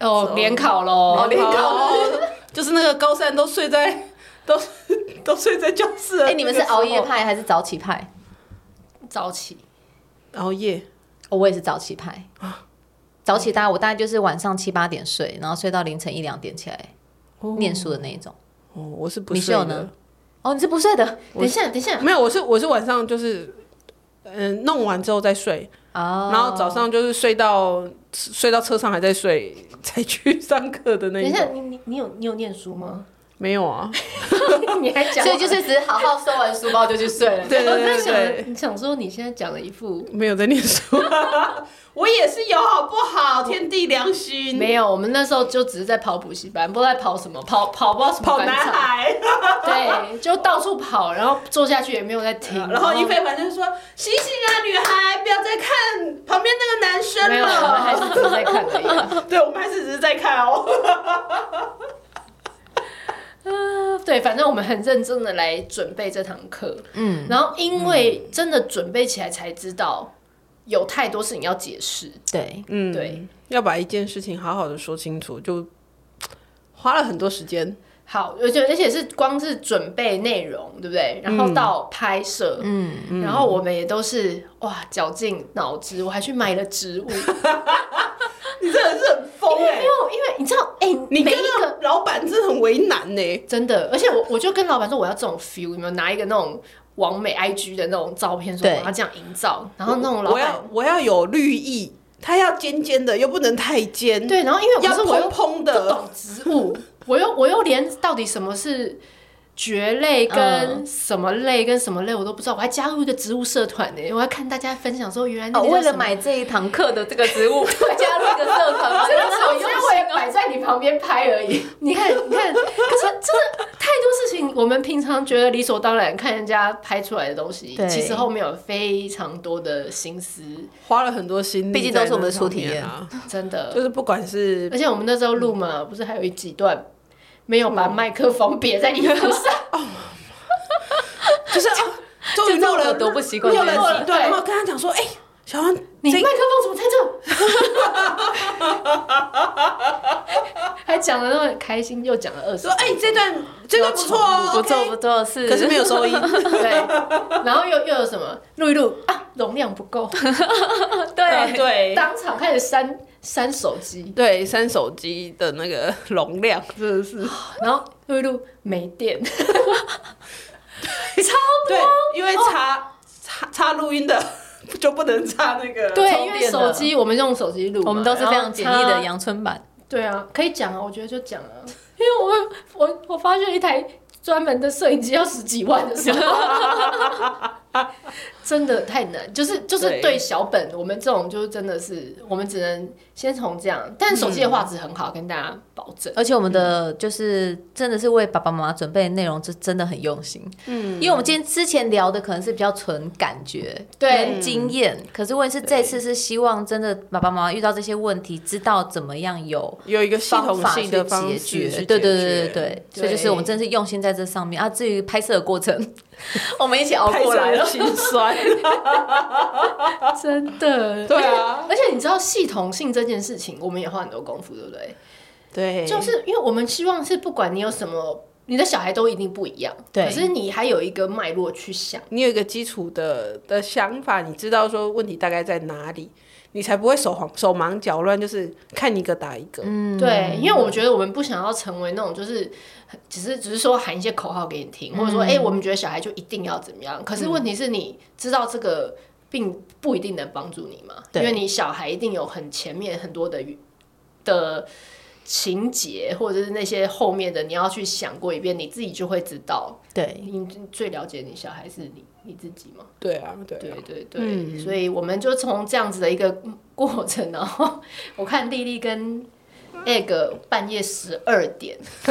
S1: 哦，联考
S3: 哦，
S1: 喽，
S3: 联考就是那个高三都睡在都都睡在教室了。
S2: 哎、你们是
S3: 那个时候
S2: 熬夜？派还是早起派？
S1: 早起，
S3: 熬夜
S2: 哦，我也是早起
S3: (gasps)
S2: 派。早起大概我大概就是晚上七八点睡，然后睡到凌晨一两点起来、念书的那一种。
S3: 哦，我是不
S2: 你
S3: 睡
S2: 是有
S3: 的
S2: 呢。？哦，你是不睡的
S1: 等一下，等一下，
S3: 没有，我是我是晚上就是，嗯、弄完之后再睡，
S2: 哦，
S3: 然后早上就是睡到睡到车上还在睡，才去上课的那
S1: 等
S3: 一
S1: 一下，
S3: 种。
S1: 你你你有你有念书吗？
S3: 没有啊，
S1: (laughs) 你还讲，
S2: 所以就是只是好好收完书包就去睡
S3: (laughs)
S2: 了。
S3: 对
S1: 我在
S3: 对对对
S1: 想，你想说你现在讲了一副。
S3: 没有在念书，我也是有好不好？天地良心，
S1: 没有，我们那时候就只是在跑补习班，不知道在跑什么，跑跑不知道什么
S3: 跑
S1: 班
S3: 男
S1: 场
S3: 孩。
S1: 对，就到处跑，然后坐下去也没有在停。
S3: 然后一非凡就说：“醒醒啊，女孩，不要再看旁边那个男
S1: 没
S3: 生
S1: 有，我们还
S3: 了。
S1: 是只是在看而已啊。”
S3: 对，我们还是只是在
S1: (laughs)
S3: 看哦。
S1: 对，反正我们很认真的来准备这堂课，
S2: 嗯，
S1: 然后因为真的准备起来才知道有太多事情要解释。
S2: 对，
S3: 嗯
S1: 对，
S3: 要把一件事情好好的说清楚，就花了很多时间。
S1: 好，而且而且是光是准备内容，对不对？
S3: 嗯
S1: 然后到拍摄，
S2: 嗯，
S1: 然后我们也都是哇绞尽脑汁，我还去买了植 (laughs) 物，因为
S3: 你真的是很疯哎、
S1: 我因为你知道，哎、
S3: 你
S1: 每
S3: 跟
S1: 一
S3: 那
S1: 个
S3: 个老板真的很为难呢、欸
S1: 真的，而且我我就跟老板说我要这种 feel，有没有拿一个那种完美 IG 的那种照片，说
S2: 对
S1: 我要这样营造，然后那种老
S3: 我
S1: 板
S3: 要我要有绿意，它要尖尖的，又不能太尖，，
S1: 对，然后因为我
S3: 要
S1: 是我又
S3: 蓬蓬
S1: 不
S3: 的，
S1: 懂哦植物，我又我又连到底什么是蕨类跟
S2: 嗯
S1: 什么类跟什么类我都不知道，我还加入一个植物社团呢、我还看大家分享说原来那
S2: 哦，
S1: 个叫
S2: 为了
S1: 什么
S2: 买这一堂课的这个植物， (laughs) 加入一个社团吗？
S1: 真的
S2: 真的
S1: 是
S2: 好
S1: 我
S2: 用
S1: 只
S2: 心
S1: 是
S2: 哦
S1: 为了摆在你旁边拍而已。你看，你看，可是真的太多事情，我们平常觉得理所当然，看人家拍出来的东西
S2: 对，
S1: 其实后面有非常多的心思，
S3: 花了很多心力，
S2: 毕竟都是我们的初体验
S3: 啊。
S1: 真
S3: 就
S1: (laughs) 的。
S3: 是不管是
S1: 而且我们那时候录嘛，不是还有一几段没有把麦克风别在衣服上，
S3: 就是啊终于
S2: 就知道
S3: 录
S2: 我
S3: 了
S2: 有多不习惯
S3: 录
S2: 这件
S3: 了
S1: 事
S3: 几段，
S1: 对
S3: 然后跟他讲说，哎、小安，
S1: 你
S3: 这
S1: 麦克风怎么在 (laughs) 这？还讲的那么开心，又讲了二十
S3: 说，，哎、这段这段不 (laughs) 错哦，
S2: 不错
S3: OK
S2: 不错，是。
S3: 可是没有收音，
S1: 对，然后又又有什么录一录啊，容量不 (laughs) 够，
S3: 啊
S2: 对
S3: 对。
S1: 当场开始删删手机，
S3: 对，删手机的那个容量真的是，
S1: 然后录一录没电，
S3: 对，因为插插插录音的就不能插那个，
S1: 对，
S2: 充
S1: 因为
S2: 电的
S1: 手机我们用手机录嘛，
S2: 我们都是非常简易
S1: 然
S2: 的
S1: 后它。
S2: 阳春版。
S1: 对啊，可以讲啊，我觉得就讲啊，因为我我我发现一台专门的摄影机要十几万的时候， (laughs) 真的太难，就是就是
S3: 对
S1: 对小本，我们这种就是真的是，我们只能先从这样。但手机的画质很好，跟大家保证。
S2: 而且我们的就是真的是为爸爸妈妈准备的内容，就真的很用心。嗯，因为我们今天之前聊的可能是比较纯感觉、
S1: 对
S2: 跟经验，可是问题是这次是希望真的爸爸妈妈遇到这些问题，知道怎么样有
S3: 有一个系
S2: 方
S3: 统
S2: 法去
S3: 性的方
S2: 解
S3: 式去
S2: 决。
S3: 解
S2: 对对对对
S3: 决
S2: 对，所以就是我们真的是用心在这上面啊。至于拍摄的过程，
S3: (laughs)
S2: 我们一起熬
S3: 拍
S2: 过
S3: 摄
S2: 来
S3: 的
S2: 了。
S3: 心
S1: (laughs)
S3: 酸，
S1: 真的，
S3: 对啊
S1: 而且。而且你知道系统性这件事情，我们也花很多功夫，对不对？
S3: 对，
S1: 就是因为我们希望是不管你有什么，你的小孩都一定不一样，
S2: 对
S1: 可是你还有一个脉络去想。
S3: 你有一个基础的的想法，你知道说问题大概在哪里，你才不会手忙手忙脚乱，就是看一个打一个。
S1: 嗯
S2: 嗯
S1: 对，因为我觉得我们不想要成为那种就是只是只是说喊一些口号给你
S2: 嗯
S1: 听，或者说哎、诶我们觉得小孩就一定要怎么样。可是问题是你知道这个并不一定能帮助你嘛，因
S2: 对
S1: 为你小孩一定有很前面很多的的情节，或者是那些后面的你要去想过一遍，你自己就会知道。
S2: 对，
S1: 你最了解你小孩是你你自己嘛？
S3: 对啊，对
S1: 对
S3: 啊，
S1: 对对，所以我们就从这样子的一个过程，然后 (laughs) 我看丽丽跟 egg 半夜十二点 (laughs)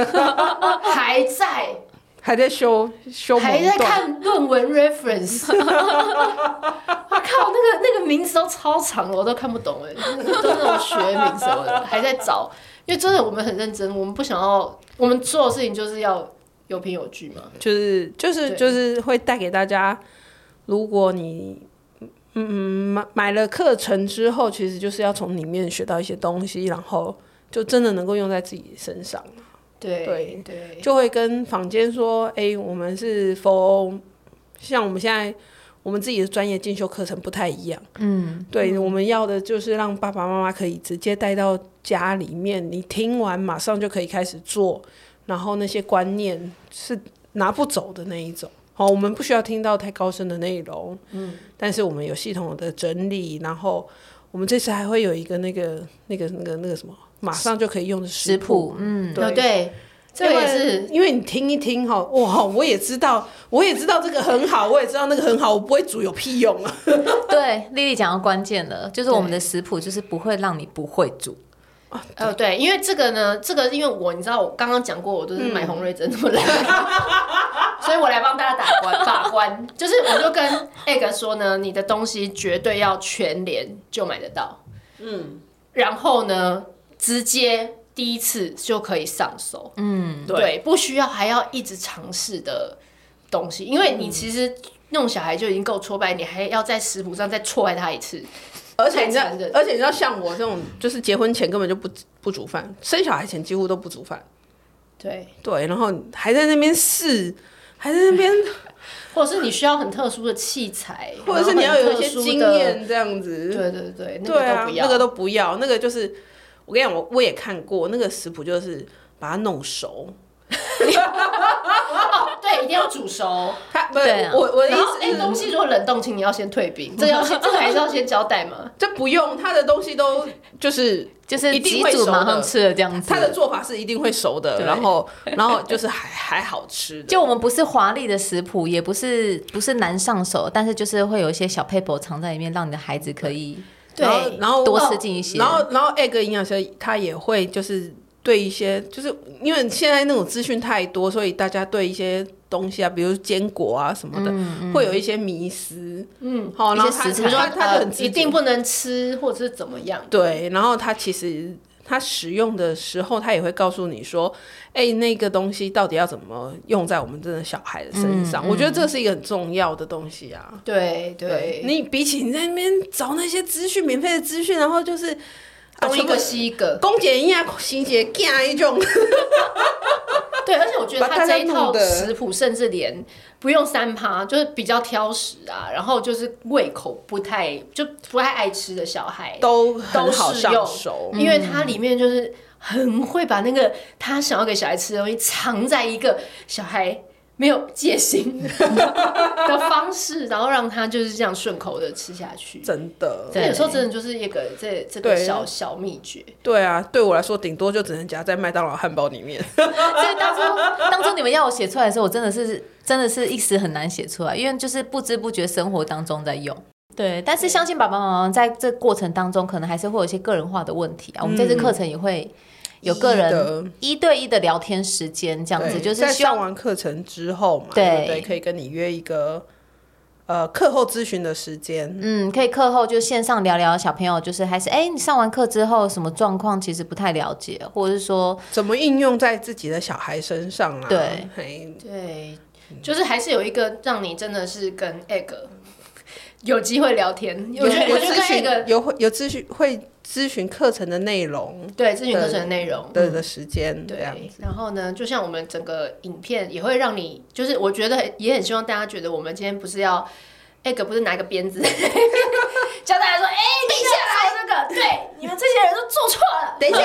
S1: 还在
S3: 还在修修
S1: 还在
S3: 某段，
S1: 看论文 reference，我 (laughs) 靠，那个那个名字都超长了，我都看不懂哎，那个都是那种学名什么
S3: (laughs)
S1: 的，还在找，因为真的我们很认真，我们不想要，我们做的事情就是要有凭有据嘛。
S3: 就是就是
S1: 对
S3: 就是会带给大家，如果你嗯买买了课程之后，其实就是要从里面学到一些东西，然后就真的能够用在自己身上。
S1: 对
S3: 对
S1: 对，
S3: 就会跟坊间说，哎、我们是否像我们现在我们自己的专业进修课程不太一样，嗯，对，我们要的就是让爸爸妈妈可以直接带到家里面，你听完马上就可以开始做，然后那些观念是拿不走的那一种。好，我们不需要听到太高深的内容，嗯，但是我们有系统的整理，然后我们这次还会有一个那个那个那个那个什么，马上就可以用的
S2: 食谱，嗯，
S1: 哦对，这个
S3: 因为
S1: 也是。
S3: 因为你听一听哈，哇，我也知道，我也知道这个很好，我也知道那个很好，我不会煮有屁用啊！
S2: 对，丽丽讲到关键了，就是我们的食谱就是不会让你不会煮。
S1: 呃，对，因为这个呢，这个因为我你知道，我刚刚讲过，我都是
S3: 嗯
S1: 买红瑞珍这么来， (laughs) 所以我来帮大家打关把关，就是我就跟 egg 说呢，你的东西绝对要全联就买得到，嗯，然后呢，直接第一次就可以上手，嗯，对，不需要还要一直尝试的东西，因为你其实弄小孩就已经够挫败，你还要在食谱上再挫败他一次，
S3: 而且你知道
S1: 太残忍，
S3: 而且你知道，像我这种，就是结婚前根本就不不煮饭，生小孩前几乎都不煮饭，
S1: 对，
S3: 对，然后还在那边试，还在那边，
S1: (laughs) 或者是你需要很特殊的器材，
S3: 或者是你要有一些经
S1: 然后很特殊的。
S3: 验这样子，
S1: 对对对，那
S3: 对
S1: 个
S3: 啊
S1: 都不，要。
S3: 那个都不要，那个就是我跟你讲，我我也看过那个食谱，就是把它弄熟，
S1: 对，一定要煮熟。
S3: 它不是
S2: 对啊
S3: 我我的意
S1: 然后
S3: 思
S1: 哎、
S3: 是
S1: 东西如果冷冻，请你要先退冰，这个要先，这个还是要先交代
S3: (laughs)
S1: 嘛。
S3: 这不用，他的东西都就是
S2: 就是
S3: 一定
S2: 几
S3: 会熟
S2: 煮
S3: 的
S2: 马上吃了这样子。
S3: 他的做法是一定会熟的，
S2: 对
S3: 然后然后就是还还好吃
S2: (laughs)
S3: 的，
S2: 就我们不是华丽的食谱，也不是不是难上手，但是就是会有一些小 paper 藏在里面，让你的孩子可以
S1: 对
S3: 然后然后
S2: 多吃进一些。
S3: 哦然后然后 egg 营养师他也会就是对一些就是因为现在那种资讯太多，所以大家对一些东西啊，比如坚果啊什么的，
S2: 嗯
S3: 会有一些迷思，嗯，好，
S2: 一些
S3: 然后他
S2: 食
S3: 他
S2: 材
S1: 你说
S3: 他他就
S1: 呃
S3: 很，直
S1: 一
S3: 接
S1: 定不能吃，或者是怎么样？
S3: 对，然后他其实他使用的时候，他也会告诉你说，哎、那个东西到底要怎么用在我们这个小孩的
S2: 嗯
S3: 身上？我觉得这是一个很重要的东西啊。
S1: 对对，
S3: 你比起你在那边找那些资讯，免费的资讯，然后就是
S1: 东一个
S3: 西，
S1: 西一个。
S3: 公啊姐一样，行姐干一种，
S1: 对，而且我觉得
S3: 把大
S1: 他
S3: 家
S1: 这一套
S3: 弄得
S1: 食谱，甚至连不用三趴，就是比较挑食啊，然后就是胃口不太就不太爱吃的小孩，
S3: 都很
S1: 都
S3: 好
S1: 适
S3: 上
S1: 用
S3: 手。
S1: 因为它里面就是很会把那个他想要给小孩吃的东西藏在一个小孩没有戒心
S3: (laughs)
S1: 的方式，然后让他就是这样顺口的吃下去。
S3: 真的，
S1: 这有时候真的就是一个这这个
S3: 对
S1: 小小秘诀。
S3: 对啊，对我来说，顶多就只能夹在麦当劳汉堡里面。
S2: 所以当初当初你们要我写出来的时候，我真的是真的是一时很难写出来，因为就是不知不觉生活当中在用。对，但是相信爸爸妈妈在这过程当中，可能还是会有一些个人化的问
S3: 嗯
S2: 题啊。我们这次课程也会有个人一对一的聊天时间，这样子
S3: 对
S2: 就是
S3: 在
S2: 希望
S3: 上完课程之后嘛，
S2: 对
S3: 对不对，可以跟你约一个呃课后咨询的时间。
S2: 嗯，可以课后就线上聊聊小朋友，就是还是哎、你上完课之后什么状况，其实不太了解，或者是说
S3: 怎么应用在自己的小孩身上啊？
S2: 对
S3: 嘿，
S1: 对，嗯就是还是有一个让你真的是跟 egg 有机会聊天。
S3: 有
S1: 我觉得
S3: 有
S1: 我觉得
S3: 咨
S1: 跟 egg
S3: 询，有会有咨询会咨询课程的内容
S1: 对咨询课程的内容。
S3: 的的时间，
S1: 嗯
S3: 这
S1: 对
S3: 样，
S1: 然后呢，就像我们整个影片也会让你，就是我觉得也很希望大家觉得我们今天不是要 egg 不是拿一个鞭子 (laughs) 教大家说，哎、你下来那个，对，你们这些人都做错了，
S3: 等一下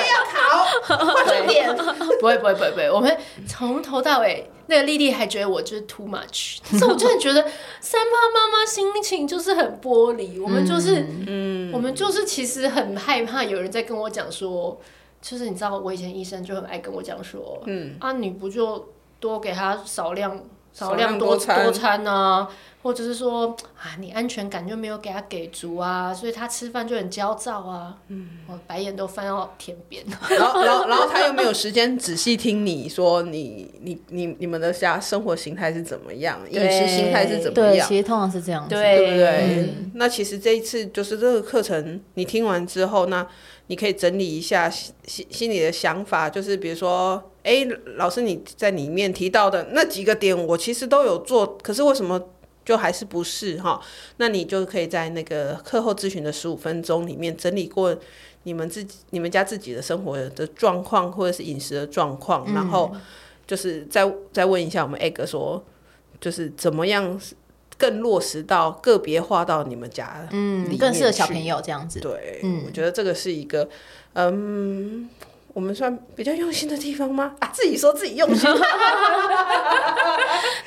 S3: 要考，
S1: 画重点。不会不会不会不会，我们从头到尾，那个丽丽还觉得我就是 too much，但是我真的觉得三八妈妈心情就是很玻璃，我们就是、
S3: 嗯，
S1: 我们就是其实很害怕有人在跟我讲说，就是你知道我以前医生就很爱跟我讲说，嗯啊你不就多给他少量。少
S3: 少量
S1: 量多
S3: 多餐
S1: 多餐啊，或者是说啊，你安全感就没有给他给足啊，所以他吃饭就很焦躁啊。嗯，我白眼都翻到天边。
S3: 然后然后然后他又没有时间仔细听你说你你你你们的家生活形态是怎么样，饮食形态是怎么
S2: 对，
S3: 样
S2: 其？实通常是这样子。
S1: 对
S3: 对不对？那其实这一次就是这个课程，你听完之后，那你可以整理一下心心心里的想法，就是比如说，哎，老师你在里面提到的那几个点，我其实都有做，可是为什么？就还是不是哈？那你就可以在那个课后咨询的十五分钟里面整理过你们自己、你们家自己的生活的状况，或者是饮食的状况，然后就是再再问一下我们 egg 说，就是怎么样更落实到个别化到你们家，
S2: 嗯，更适合小朋。友这样子。
S3: 对，我觉得这个是一个，嗯，我们算比较用心的地方吗？啊，自己说自己用心，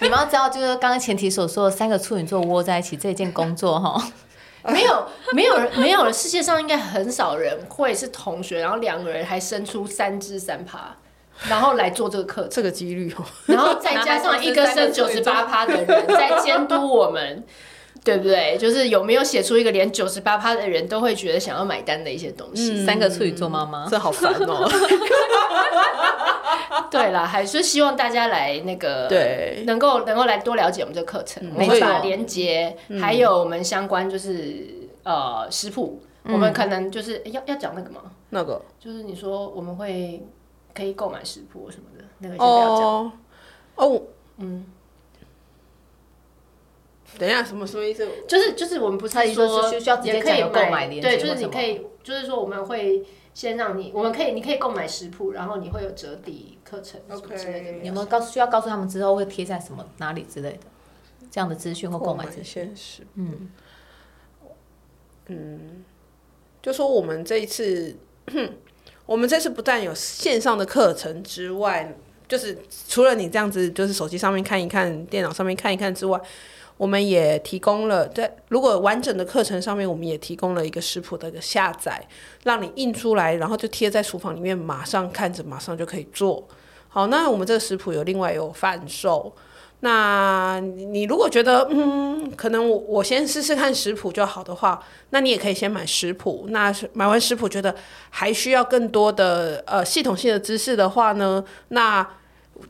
S2: 你们要知道，就是刚刚前提所说的三个处女座窝在一起这件工作
S3: (laughs)
S2: 哈，
S1: 没有， (laughs) 没有人，没有人，世界上应该很少人会是同学，然后两个人还生出三只三趴，然后来做这个课程，
S3: 这个几率哦， (laughs)
S1: 然后再加上一个 (laughs) 生九十八趴的人在监督我们， (laughs) 对不对？就是有没有写出一个连九十八趴的人都会觉得想要买单的一些东西？
S3: 嗯
S2: 三个处女座妈妈。
S3: 这好烦哦。
S1: 对啦，还是希望大家来那个
S3: 对
S1: 能够能够来多了解我们这个课程，我们
S2: 没
S1: 嗯会嗯
S2: 错
S1: 把连接，还有我们相关就是呃食谱，我们可能就是诶要要讲那个吗？
S3: 那个
S1: 就是你说我们会可以购买食谱什么的，那个先不要讲。
S3: 哦哦，
S1: 嗯，
S3: 等一下，什么什么意思？
S1: 就是就是我们不是
S2: 他意思
S1: 说
S2: 是需要直接
S1: 也可以
S2: 讲有购买链接
S1: 对，就是
S2: 或什
S1: 你
S2: 么
S1: 可以，就是说我们会先让你，我们可以，你可以购买食谱，然后你会有折抵课程什么
S3: OK
S1: 之类的。
S2: 有没有告诉需要告诉他们之后会贴在什么哪里之类的这样的资讯或购买资讯？
S3: 现实，嗯就说我们这一次，我们这次不但有线上的课程之外，就是除了你这样子，就是手机上面看一看，电脑上面看一看之外，我们也提供了在如果完整的课程上面，我们也提供了一个食谱的一个下载，让你印出来，然后就贴在厨房里面，马上看着，马上就可以做。好，那我们这个食谱有另外有贩售。那你你如果觉得嗯，可能我我先试试看食谱就好的话，那你也可以先买食谱。那是买完食谱觉得还需要更多的呃系统性的知识的话呢，那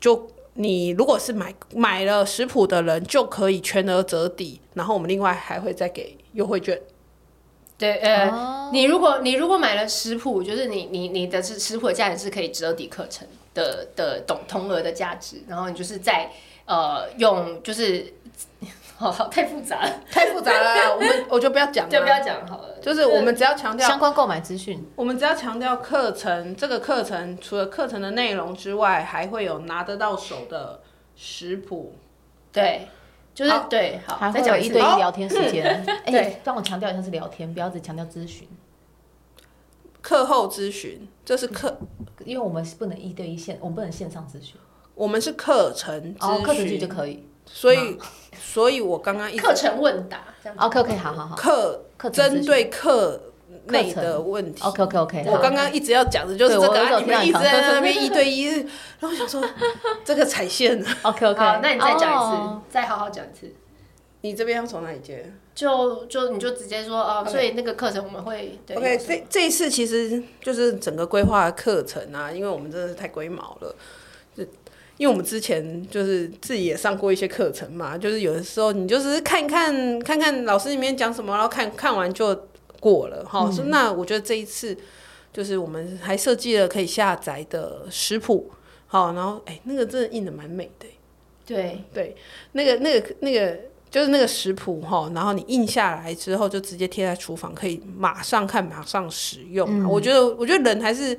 S3: 就你如果是买买了食谱的人，就可以全额折抵，然后我们另外还会再给优惠券。
S1: 对，呃，
S2: 哦
S1: 你如果你如果买了食谱，就是你你你的是食谱的价值是可以折抵课程的的同同额的价值，然后你就是在呃用就是。 (laughs) 好好，太复杂了，
S3: 太复杂了啦，我们我就不要
S1: (laughs)
S3: 讲
S1: 就不要
S3: 了。
S1: 讲好了。
S3: 就是我们只要哦强调
S2: 相关购买资讯，
S3: 我们只要强调课程，这个课程除了课程的内容之外，还会有拿得到手的食谱。
S1: 对，就是
S3: 好
S1: 对，好，再
S2: 还会有
S1: 讲
S2: 一
S1: 次
S2: 对一
S3: 好
S2: 聊天时
S3: (laughs)
S2: 间。哎
S1: 对，
S2: 让我强调一下是聊天，不要只强调咨询，
S3: 课后咨询，这是课
S2: 因为我们是不能一对一线，我们不能线上咨询。
S3: 我们是课程咨
S2: 哦，
S3: 询，
S2: 课程剧嗯就可以。
S3: 所以，所以我刚刚一直
S1: 课程问答这样子。
S2: OK OK，好好哦好。
S3: 课
S2: 课程咨询
S3: 针对课内的问题。
S2: OK OK OK，
S3: 我刚刚一直要讲的就是这
S2: 对我有
S3: 个啊，
S2: 种
S3: 你们一直
S2: 听到你
S3: 在
S2: 讲
S3: 那边一对一， (laughs) 然后我想说这个踩线，
S2: OK OK，
S1: 好，那你再讲一次，
S2: 哦
S1: 再好好讲一次。
S3: (laughs) 你这边要从哪里接？
S1: 就就你就直接说哦，所以那个课程我们会对
S3: OK，这这一次其实就是整个规划课程啊，因为我们真的是太龟毛了，就因为我们之前就是自己也上过一些课程嘛，就是有的时候你就只是看一看看看老师里面讲什么，然后看看完就过了哈。嗯所以那我觉得这一次就是我们还设计了可以下载的食谱，好，然后哎、那个真的印的蛮美的、
S1: 对
S3: 对，那个、那个、那个，就是那个食谱哈，然后你印下来之后，就直接贴在厨房，可以马上看，马上使用啊、我觉得，我觉得人还是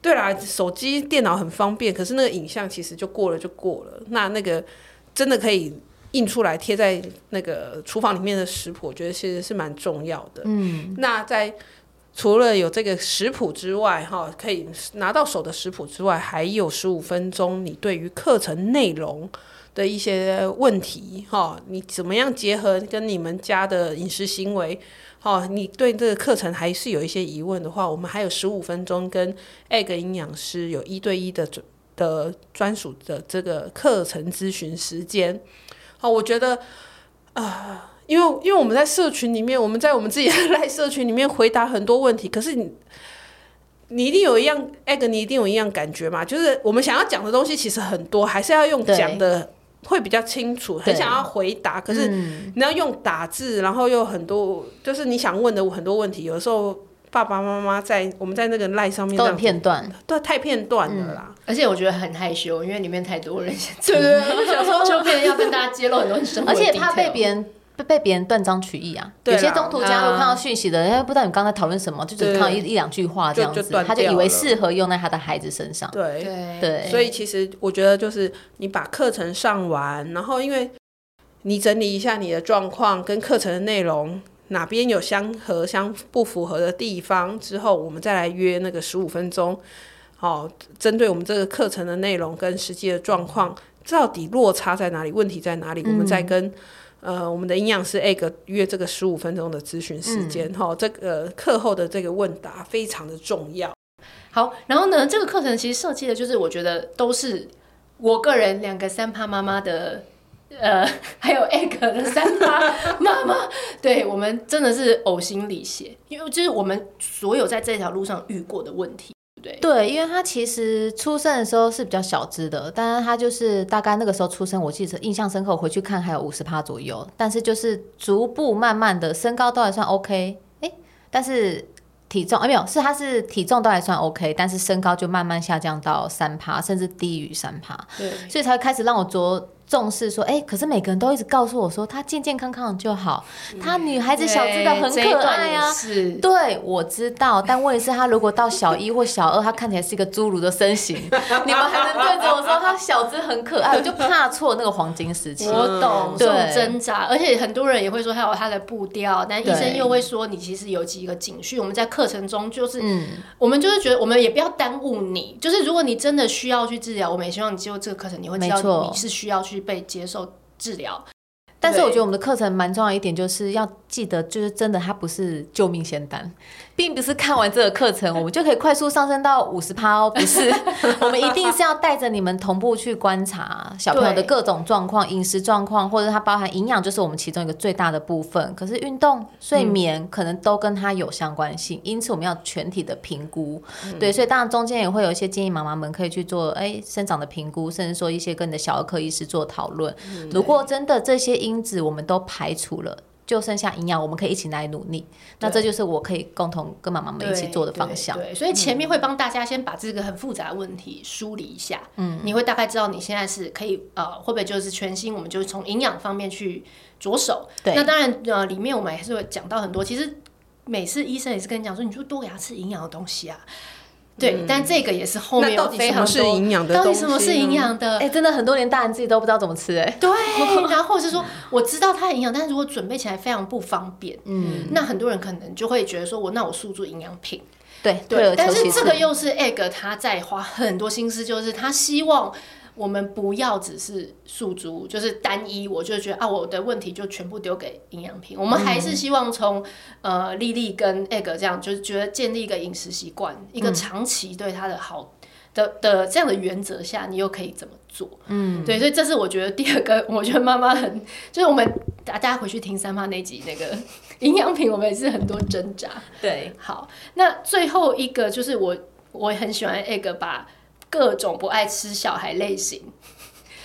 S3: 对啦，手机、电脑很方便，可是那个影像其实就过了就过了。那那个真的可以印出来贴在那个厨房里面的食谱，我觉得其实是蛮重要的。嗯，那在。除了有这个食谱之外，哈，可以拿到手的食谱之外，还有十五分钟，你对于课程内容的一些问题，哈，你怎么样结合跟你们家的饮食行为，哈，你对这个课程还是有一些疑问的话，我们还有十五分钟跟 egg 营养师有一对一的准的专属的这个课程咨询时间，好，我觉得啊。因为因为我们在社群里面，我们在我们自己的赖社群里面回答很多问题，可是你你一定有一样 egg，你一定有一样感觉嘛，就是我们想要讲的东西其实很多，还是要用
S2: 对
S3: 讲的会比较清楚，很
S2: 对嗯
S3: 想要回答，可是你要用打字，然后又很多就是你想问的很多问题，有时候爸爸妈妈在我们在那个赖上面
S2: 都很
S3: 这样
S2: 片段，
S3: 对太片段了啦。
S1: 而且我觉得很害羞，因为里面太多人， (laughs)
S3: 对对对，我想说
S1: 就变成要跟大家揭露很多生活
S2: 而
S1: 的 detail，
S2: 且怕被别人。被被别人断章取义啊！
S3: 对
S2: 有
S3: 啦
S2: 些中途加入
S1: 啊
S2: 看到讯息的人，哎不知道你刚才讨论什么，就只
S3: 对
S2: 看到一一两句话这样
S3: 就
S2: 子
S3: 就断，
S2: 他就
S3: 掉
S2: 以为
S3: 了
S2: 适合用在他的孩子身上。
S3: 对
S1: 对
S2: 对
S3: 所以其实我觉得就是你把课程上完，然后因为你整理一下你的状况跟课程的内容。哪边有相合、相不符合的地方之后，我们再来约那个十五分钟，好、针对我们这个课程的内容跟实际的状况，到底落差在哪里，问题在哪里，我们再跟呃我们的营养师 egg 约这个十五分钟的咨询时间，哈、这个、呃课后的这个问答非常的重要。
S1: 好，然后呢，这个课程其实设计的就是，我觉得都是我个人两个三趴妈妈的，呃， (laughs) 还有 egg 的三趴妈妈，对我们真的是呕心沥血，因为就是我们所有在这条路上遇过的问题，对不对？
S2: 对，因为他其实出生的时候是比较小只的，但是他就是大概那个时候出生，我记得印象深刻，我回去看还有五十趴左右，但是就是逐步慢慢的身高都还算 OK，哎，但是体重啊没有，是他是体重都还算 OK，但是身高就慢慢下降到三趴，甚至低于三趴，
S1: 对
S2: 所以才开始让我着重视说，哎、可是每个人都一直告诉我说，她健健康康就好，她女孩子小只的很
S1: 对这一
S2: 可
S1: 段
S2: 爱啊
S1: 也，是。
S2: 对，我知道，但问题是，他如果到小一或小二，他看起来是一个侏儒的
S1: (laughs)
S2: 身形，你们还能对着我说他小只很可爱，我就怕错那个黄金时期。
S1: 我懂
S2: 嗯
S1: 这种
S2: 对
S1: 挣扎，而且很多人也会说他有他的步调，但医生
S2: 对
S1: 又会说你其实有几个警讯。我们在课程中就是，
S2: 嗯
S1: 我们就是觉得我们也不要耽误你，就是如果你真的需要去治疗，我们也希望你接受这个课程，你会知
S2: 没错
S1: 道你是需要去被接受治疗。
S2: 但是我觉得我们的课程蛮重要一点，就是要记得，就是真的它不是救命仙丹， (laughs) 并不是看完这个课程我们就可以快速上升到五十趴哦，不是，我们一定是要带着你们同步去观察小朋友的
S1: 对
S2: 各种状况、饮食状况，或者它包含营养，就是我们其中一个最大的部分。可是运动、睡眠可能都跟它有相关性，因此我们要全体的评估。对，所以当然中间也会有一些建议妈妈们可以去做，哎，生长的评估，甚至说一些跟你的小儿科医师做讨论。如果真的这些因子我们都排除了。就剩下营养，我们可以一起来努力。那这就是我可以共同跟妈妈们一起做的方向嗯
S1: 对。对，对所以前面会帮大家先把这个很复杂的问题梳理一下，嗯，你会大概知道你现在是可以呃，会不会就是全新，我们就从营养方面去着手。
S2: 对
S1: 那当然呃，里面我们还是会讲到很多，其实每次医生也是跟你讲说，你就多给他吃营养的东西啊。对，
S2: 嗯
S1: 但这个也是后面
S3: 那到
S1: 有
S3: 底
S1: 非
S3: 什
S1: 常
S3: 么是
S1: 多
S3: 营养的
S1: 到底
S3: 东
S1: 什么
S3: 西
S1: 是营
S3: 呢
S1: 养的？
S3: (laughs)
S2: 哎、真的很多连大人自己都不知道怎么吃、哎，
S1: 对，然后或者是说我知道它的营养，但是如果准备起来非常不方便，嗯，那很多人可能就会觉得说我那我速做营养品，
S2: 对，退而
S1: 但
S2: 求
S1: 是
S2: 其
S1: 这个
S2: 次。
S1: 又是 egg 他在花很多心思，就是他希望我们不要只是诉诸，就是单一，我就觉得啊，我的问题就全部丢给营养品。我们还是希望从、呃丽丽跟 egg 这样，就是觉得建立一
S2: 嗯
S1: 个饮食习惯，一个长期对她的好的的这样的原则下，你又可以怎么做？嗯，对，所以这是我觉得第二个，我觉得妈妈很，就是我们大家回去听三妈那集那个 (laughs) 营养品，我们也是很多挣扎。
S2: 对，
S1: 好，那最后一个就是我，我很喜欢 egg 把各种不爱吃小孩类型，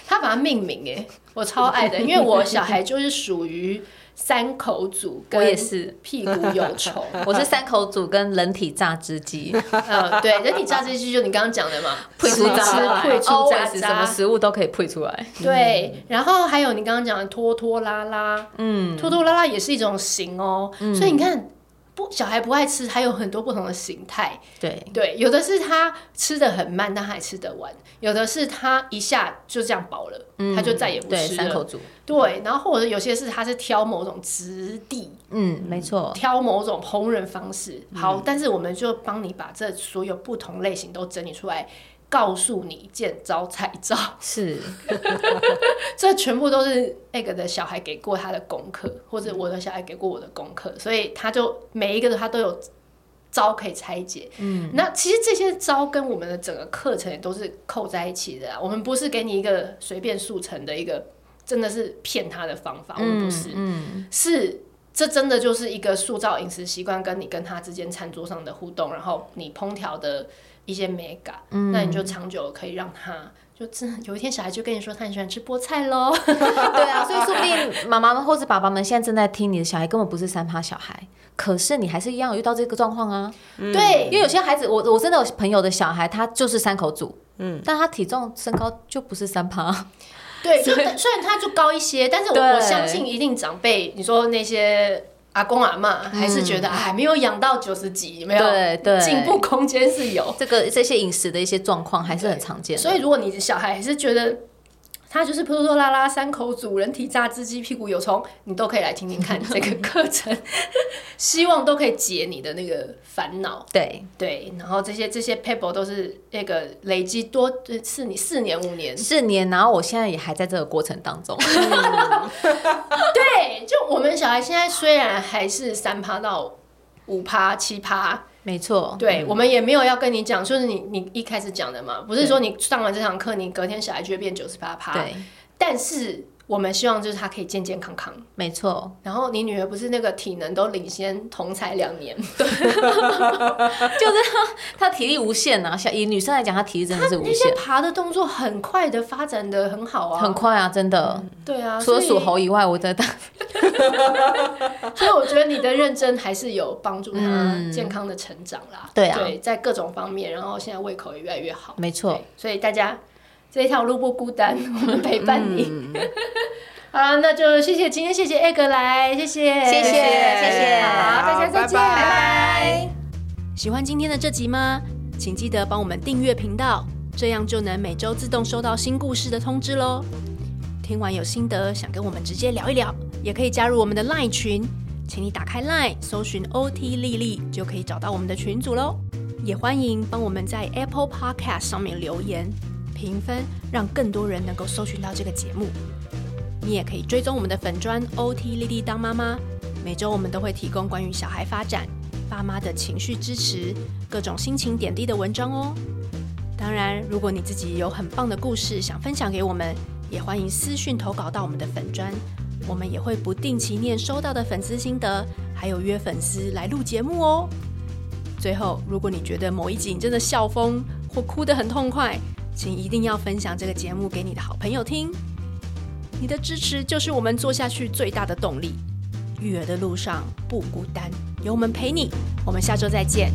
S1: 他把它命名哎，我超爱的，因为我小孩就是属于三口组，
S2: 我也，是，
S1: 屁股有虫，
S2: 我是三口组跟人体榨汁 (laughs) 机，
S1: 呃，对，人体榨汁机就你刚刚讲
S2: (laughs)
S1: 的嘛，
S2: 配
S1: 吃
S2: 出渣，
S1: 配出渣
S2: always 什么
S1: 渣，
S2: 嗯食物都可以配出来。
S1: 对，然后还有你刚刚讲的拖拖拉拉，嗯，拖拖拉拉也是一种型哦，
S2: 嗯
S1: 所以你看。不，小孩不爱吃，还有很多不同的形态。
S2: 对，
S1: 对，有的是他吃的很慢，但他还吃得完；有的是他一下就这样饱了，他就再也不
S2: 嗯对
S1: 吃
S2: 三口
S1: 了。
S2: 组，
S1: 对，然后或者有些是他是挑某种质地，
S2: 嗯，没错，
S1: 挑某种烹饪方式。
S2: 嗯
S1: 好，但是我们就帮你把这所有不同类型都整理出来。告诉你见招拆招，
S2: 嗯是
S1: 这全部都是那个的小孩给过他的功课，或者我的小孩给过我的功课，所以他就每一个他都有招可以拆解。嗯，那其实这些招跟我们的整个课程也都是扣在一起的啊。我们不是给你一个随便速成的一个，真的是骗他的方法，我们不是，嗯，是。这真的就是一个塑造饮食习惯，跟你跟他之间餐桌上的互动，然后你烹调的一些美感，
S2: 嗯
S1: 那你就长久可以让他，就真的有一天小孩就跟你说他很喜欢吃菠菜喽，
S2: (laughs) 对啊，所以说不定妈妈们或是爸爸们现在正在听，你的小孩根本不是三趴小孩，可是你还是一样有遇到这个状况啊。
S1: 对
S2: 因，为有些孩子，我我真的有朋友的小孩，他就是三口组，嗯，但他体重身高就不是三
S1: (laughs)
S2: 趴，
S1: 对，就虽然他就高一些，但是我
S2: 对
S1: 我相信一定长辈，你说那些阿公阿妈还是觉得哎、没有养到九十几，没有
S2: 嗯对对
S1: 进步空间是有。
S2: 这个这些饮食的一些状况还是很常见的。
S1: 所以如果你的小孩还是觉得他就是拖拖拉拉、三口组、人体榨汁机、屁股有虫，你都可以来听听看这个课程， (laughs) 希望都可以解你的那个烦恼。
S2: 对，
S1: 对，然后这些这些 paper 都是那个累积多呃四年、四年、五年，
S2: 四年，然后我现在也还在这个过程当中。
S1: (laughs)
S2: (laughs)
S1: 对，就我们小孩现在虽然还是三趴到五趴、七趴，
S2: 没错，
S1: 对、我们也没有要跟你讲，就是你你一开始讲的嘛，不是说你上完这堂课，你隔天小孩就会变九十八趴，
S2: 对，
S1: 但是我们希望就是他可以健健康康。
S2: 没错，
S1: 然后你女儿不是那个体能都领先同才两年，
S2: 他体力无限啊，像以女生来讲，她体力真的是无
S1: 那些
S2: 限，
S1: 爬的动作很快的发展的很好啊，
S2: 很快啊，真的。
S1: 对啊，
S2: 除了
S1: 所
S2: 属
S1: 以
S2: 猴以外，我真的
S1: 所以我觉得你的认真还是有帮助他健康的成长啦。
S2: 嗯对啊。
S1: 对，在各种方面，然后现在胃口也越来越好
S2: 没错
S1: 对。所以大家这一条路不孤单，我们陪伴你。
S2: 嗯
S1: 好啦，那就谢谢今天，谢谢艾格来，谢谢，
S2: 谢谢谢谢
S1: 好，大家再见，拜拜
S4: 喜欢今天的这集吗？请记得帮我们订阅频道，这样就能每周自动收到新故事的通知喽。听完有心得，想跟我们直接聊一聊，也可以加入我们的 LINE 群，请你打开 LINE 搜寻 OT 丽丽，就可以找到我们的群组喽。也欢迎帮我们在 Apple Podcast 上面留言评分，让更多人能够搜寻到这个节目。你也可以追踪我们的粉砖 OT 丽丽当妈妈，每周我们都会提供关于小孩发展、爸妈的情绪支持、各种心情点滴的文章哦。当然，如果你自己有很棒的故事想分享给我们，也欢迎私讯投稿到我们的粉砖，我们也会不定期念收到的粉丝心得，还有约粉丝来录节目哦。最后，如果你觉得某一集你真的笑疯或哭得很痛快，请一定要分享这个节目给你的好朋友听。你的支持就是我们做下去最大的动力。育儿的路上不孤单，有我们陪你。我们下周再见。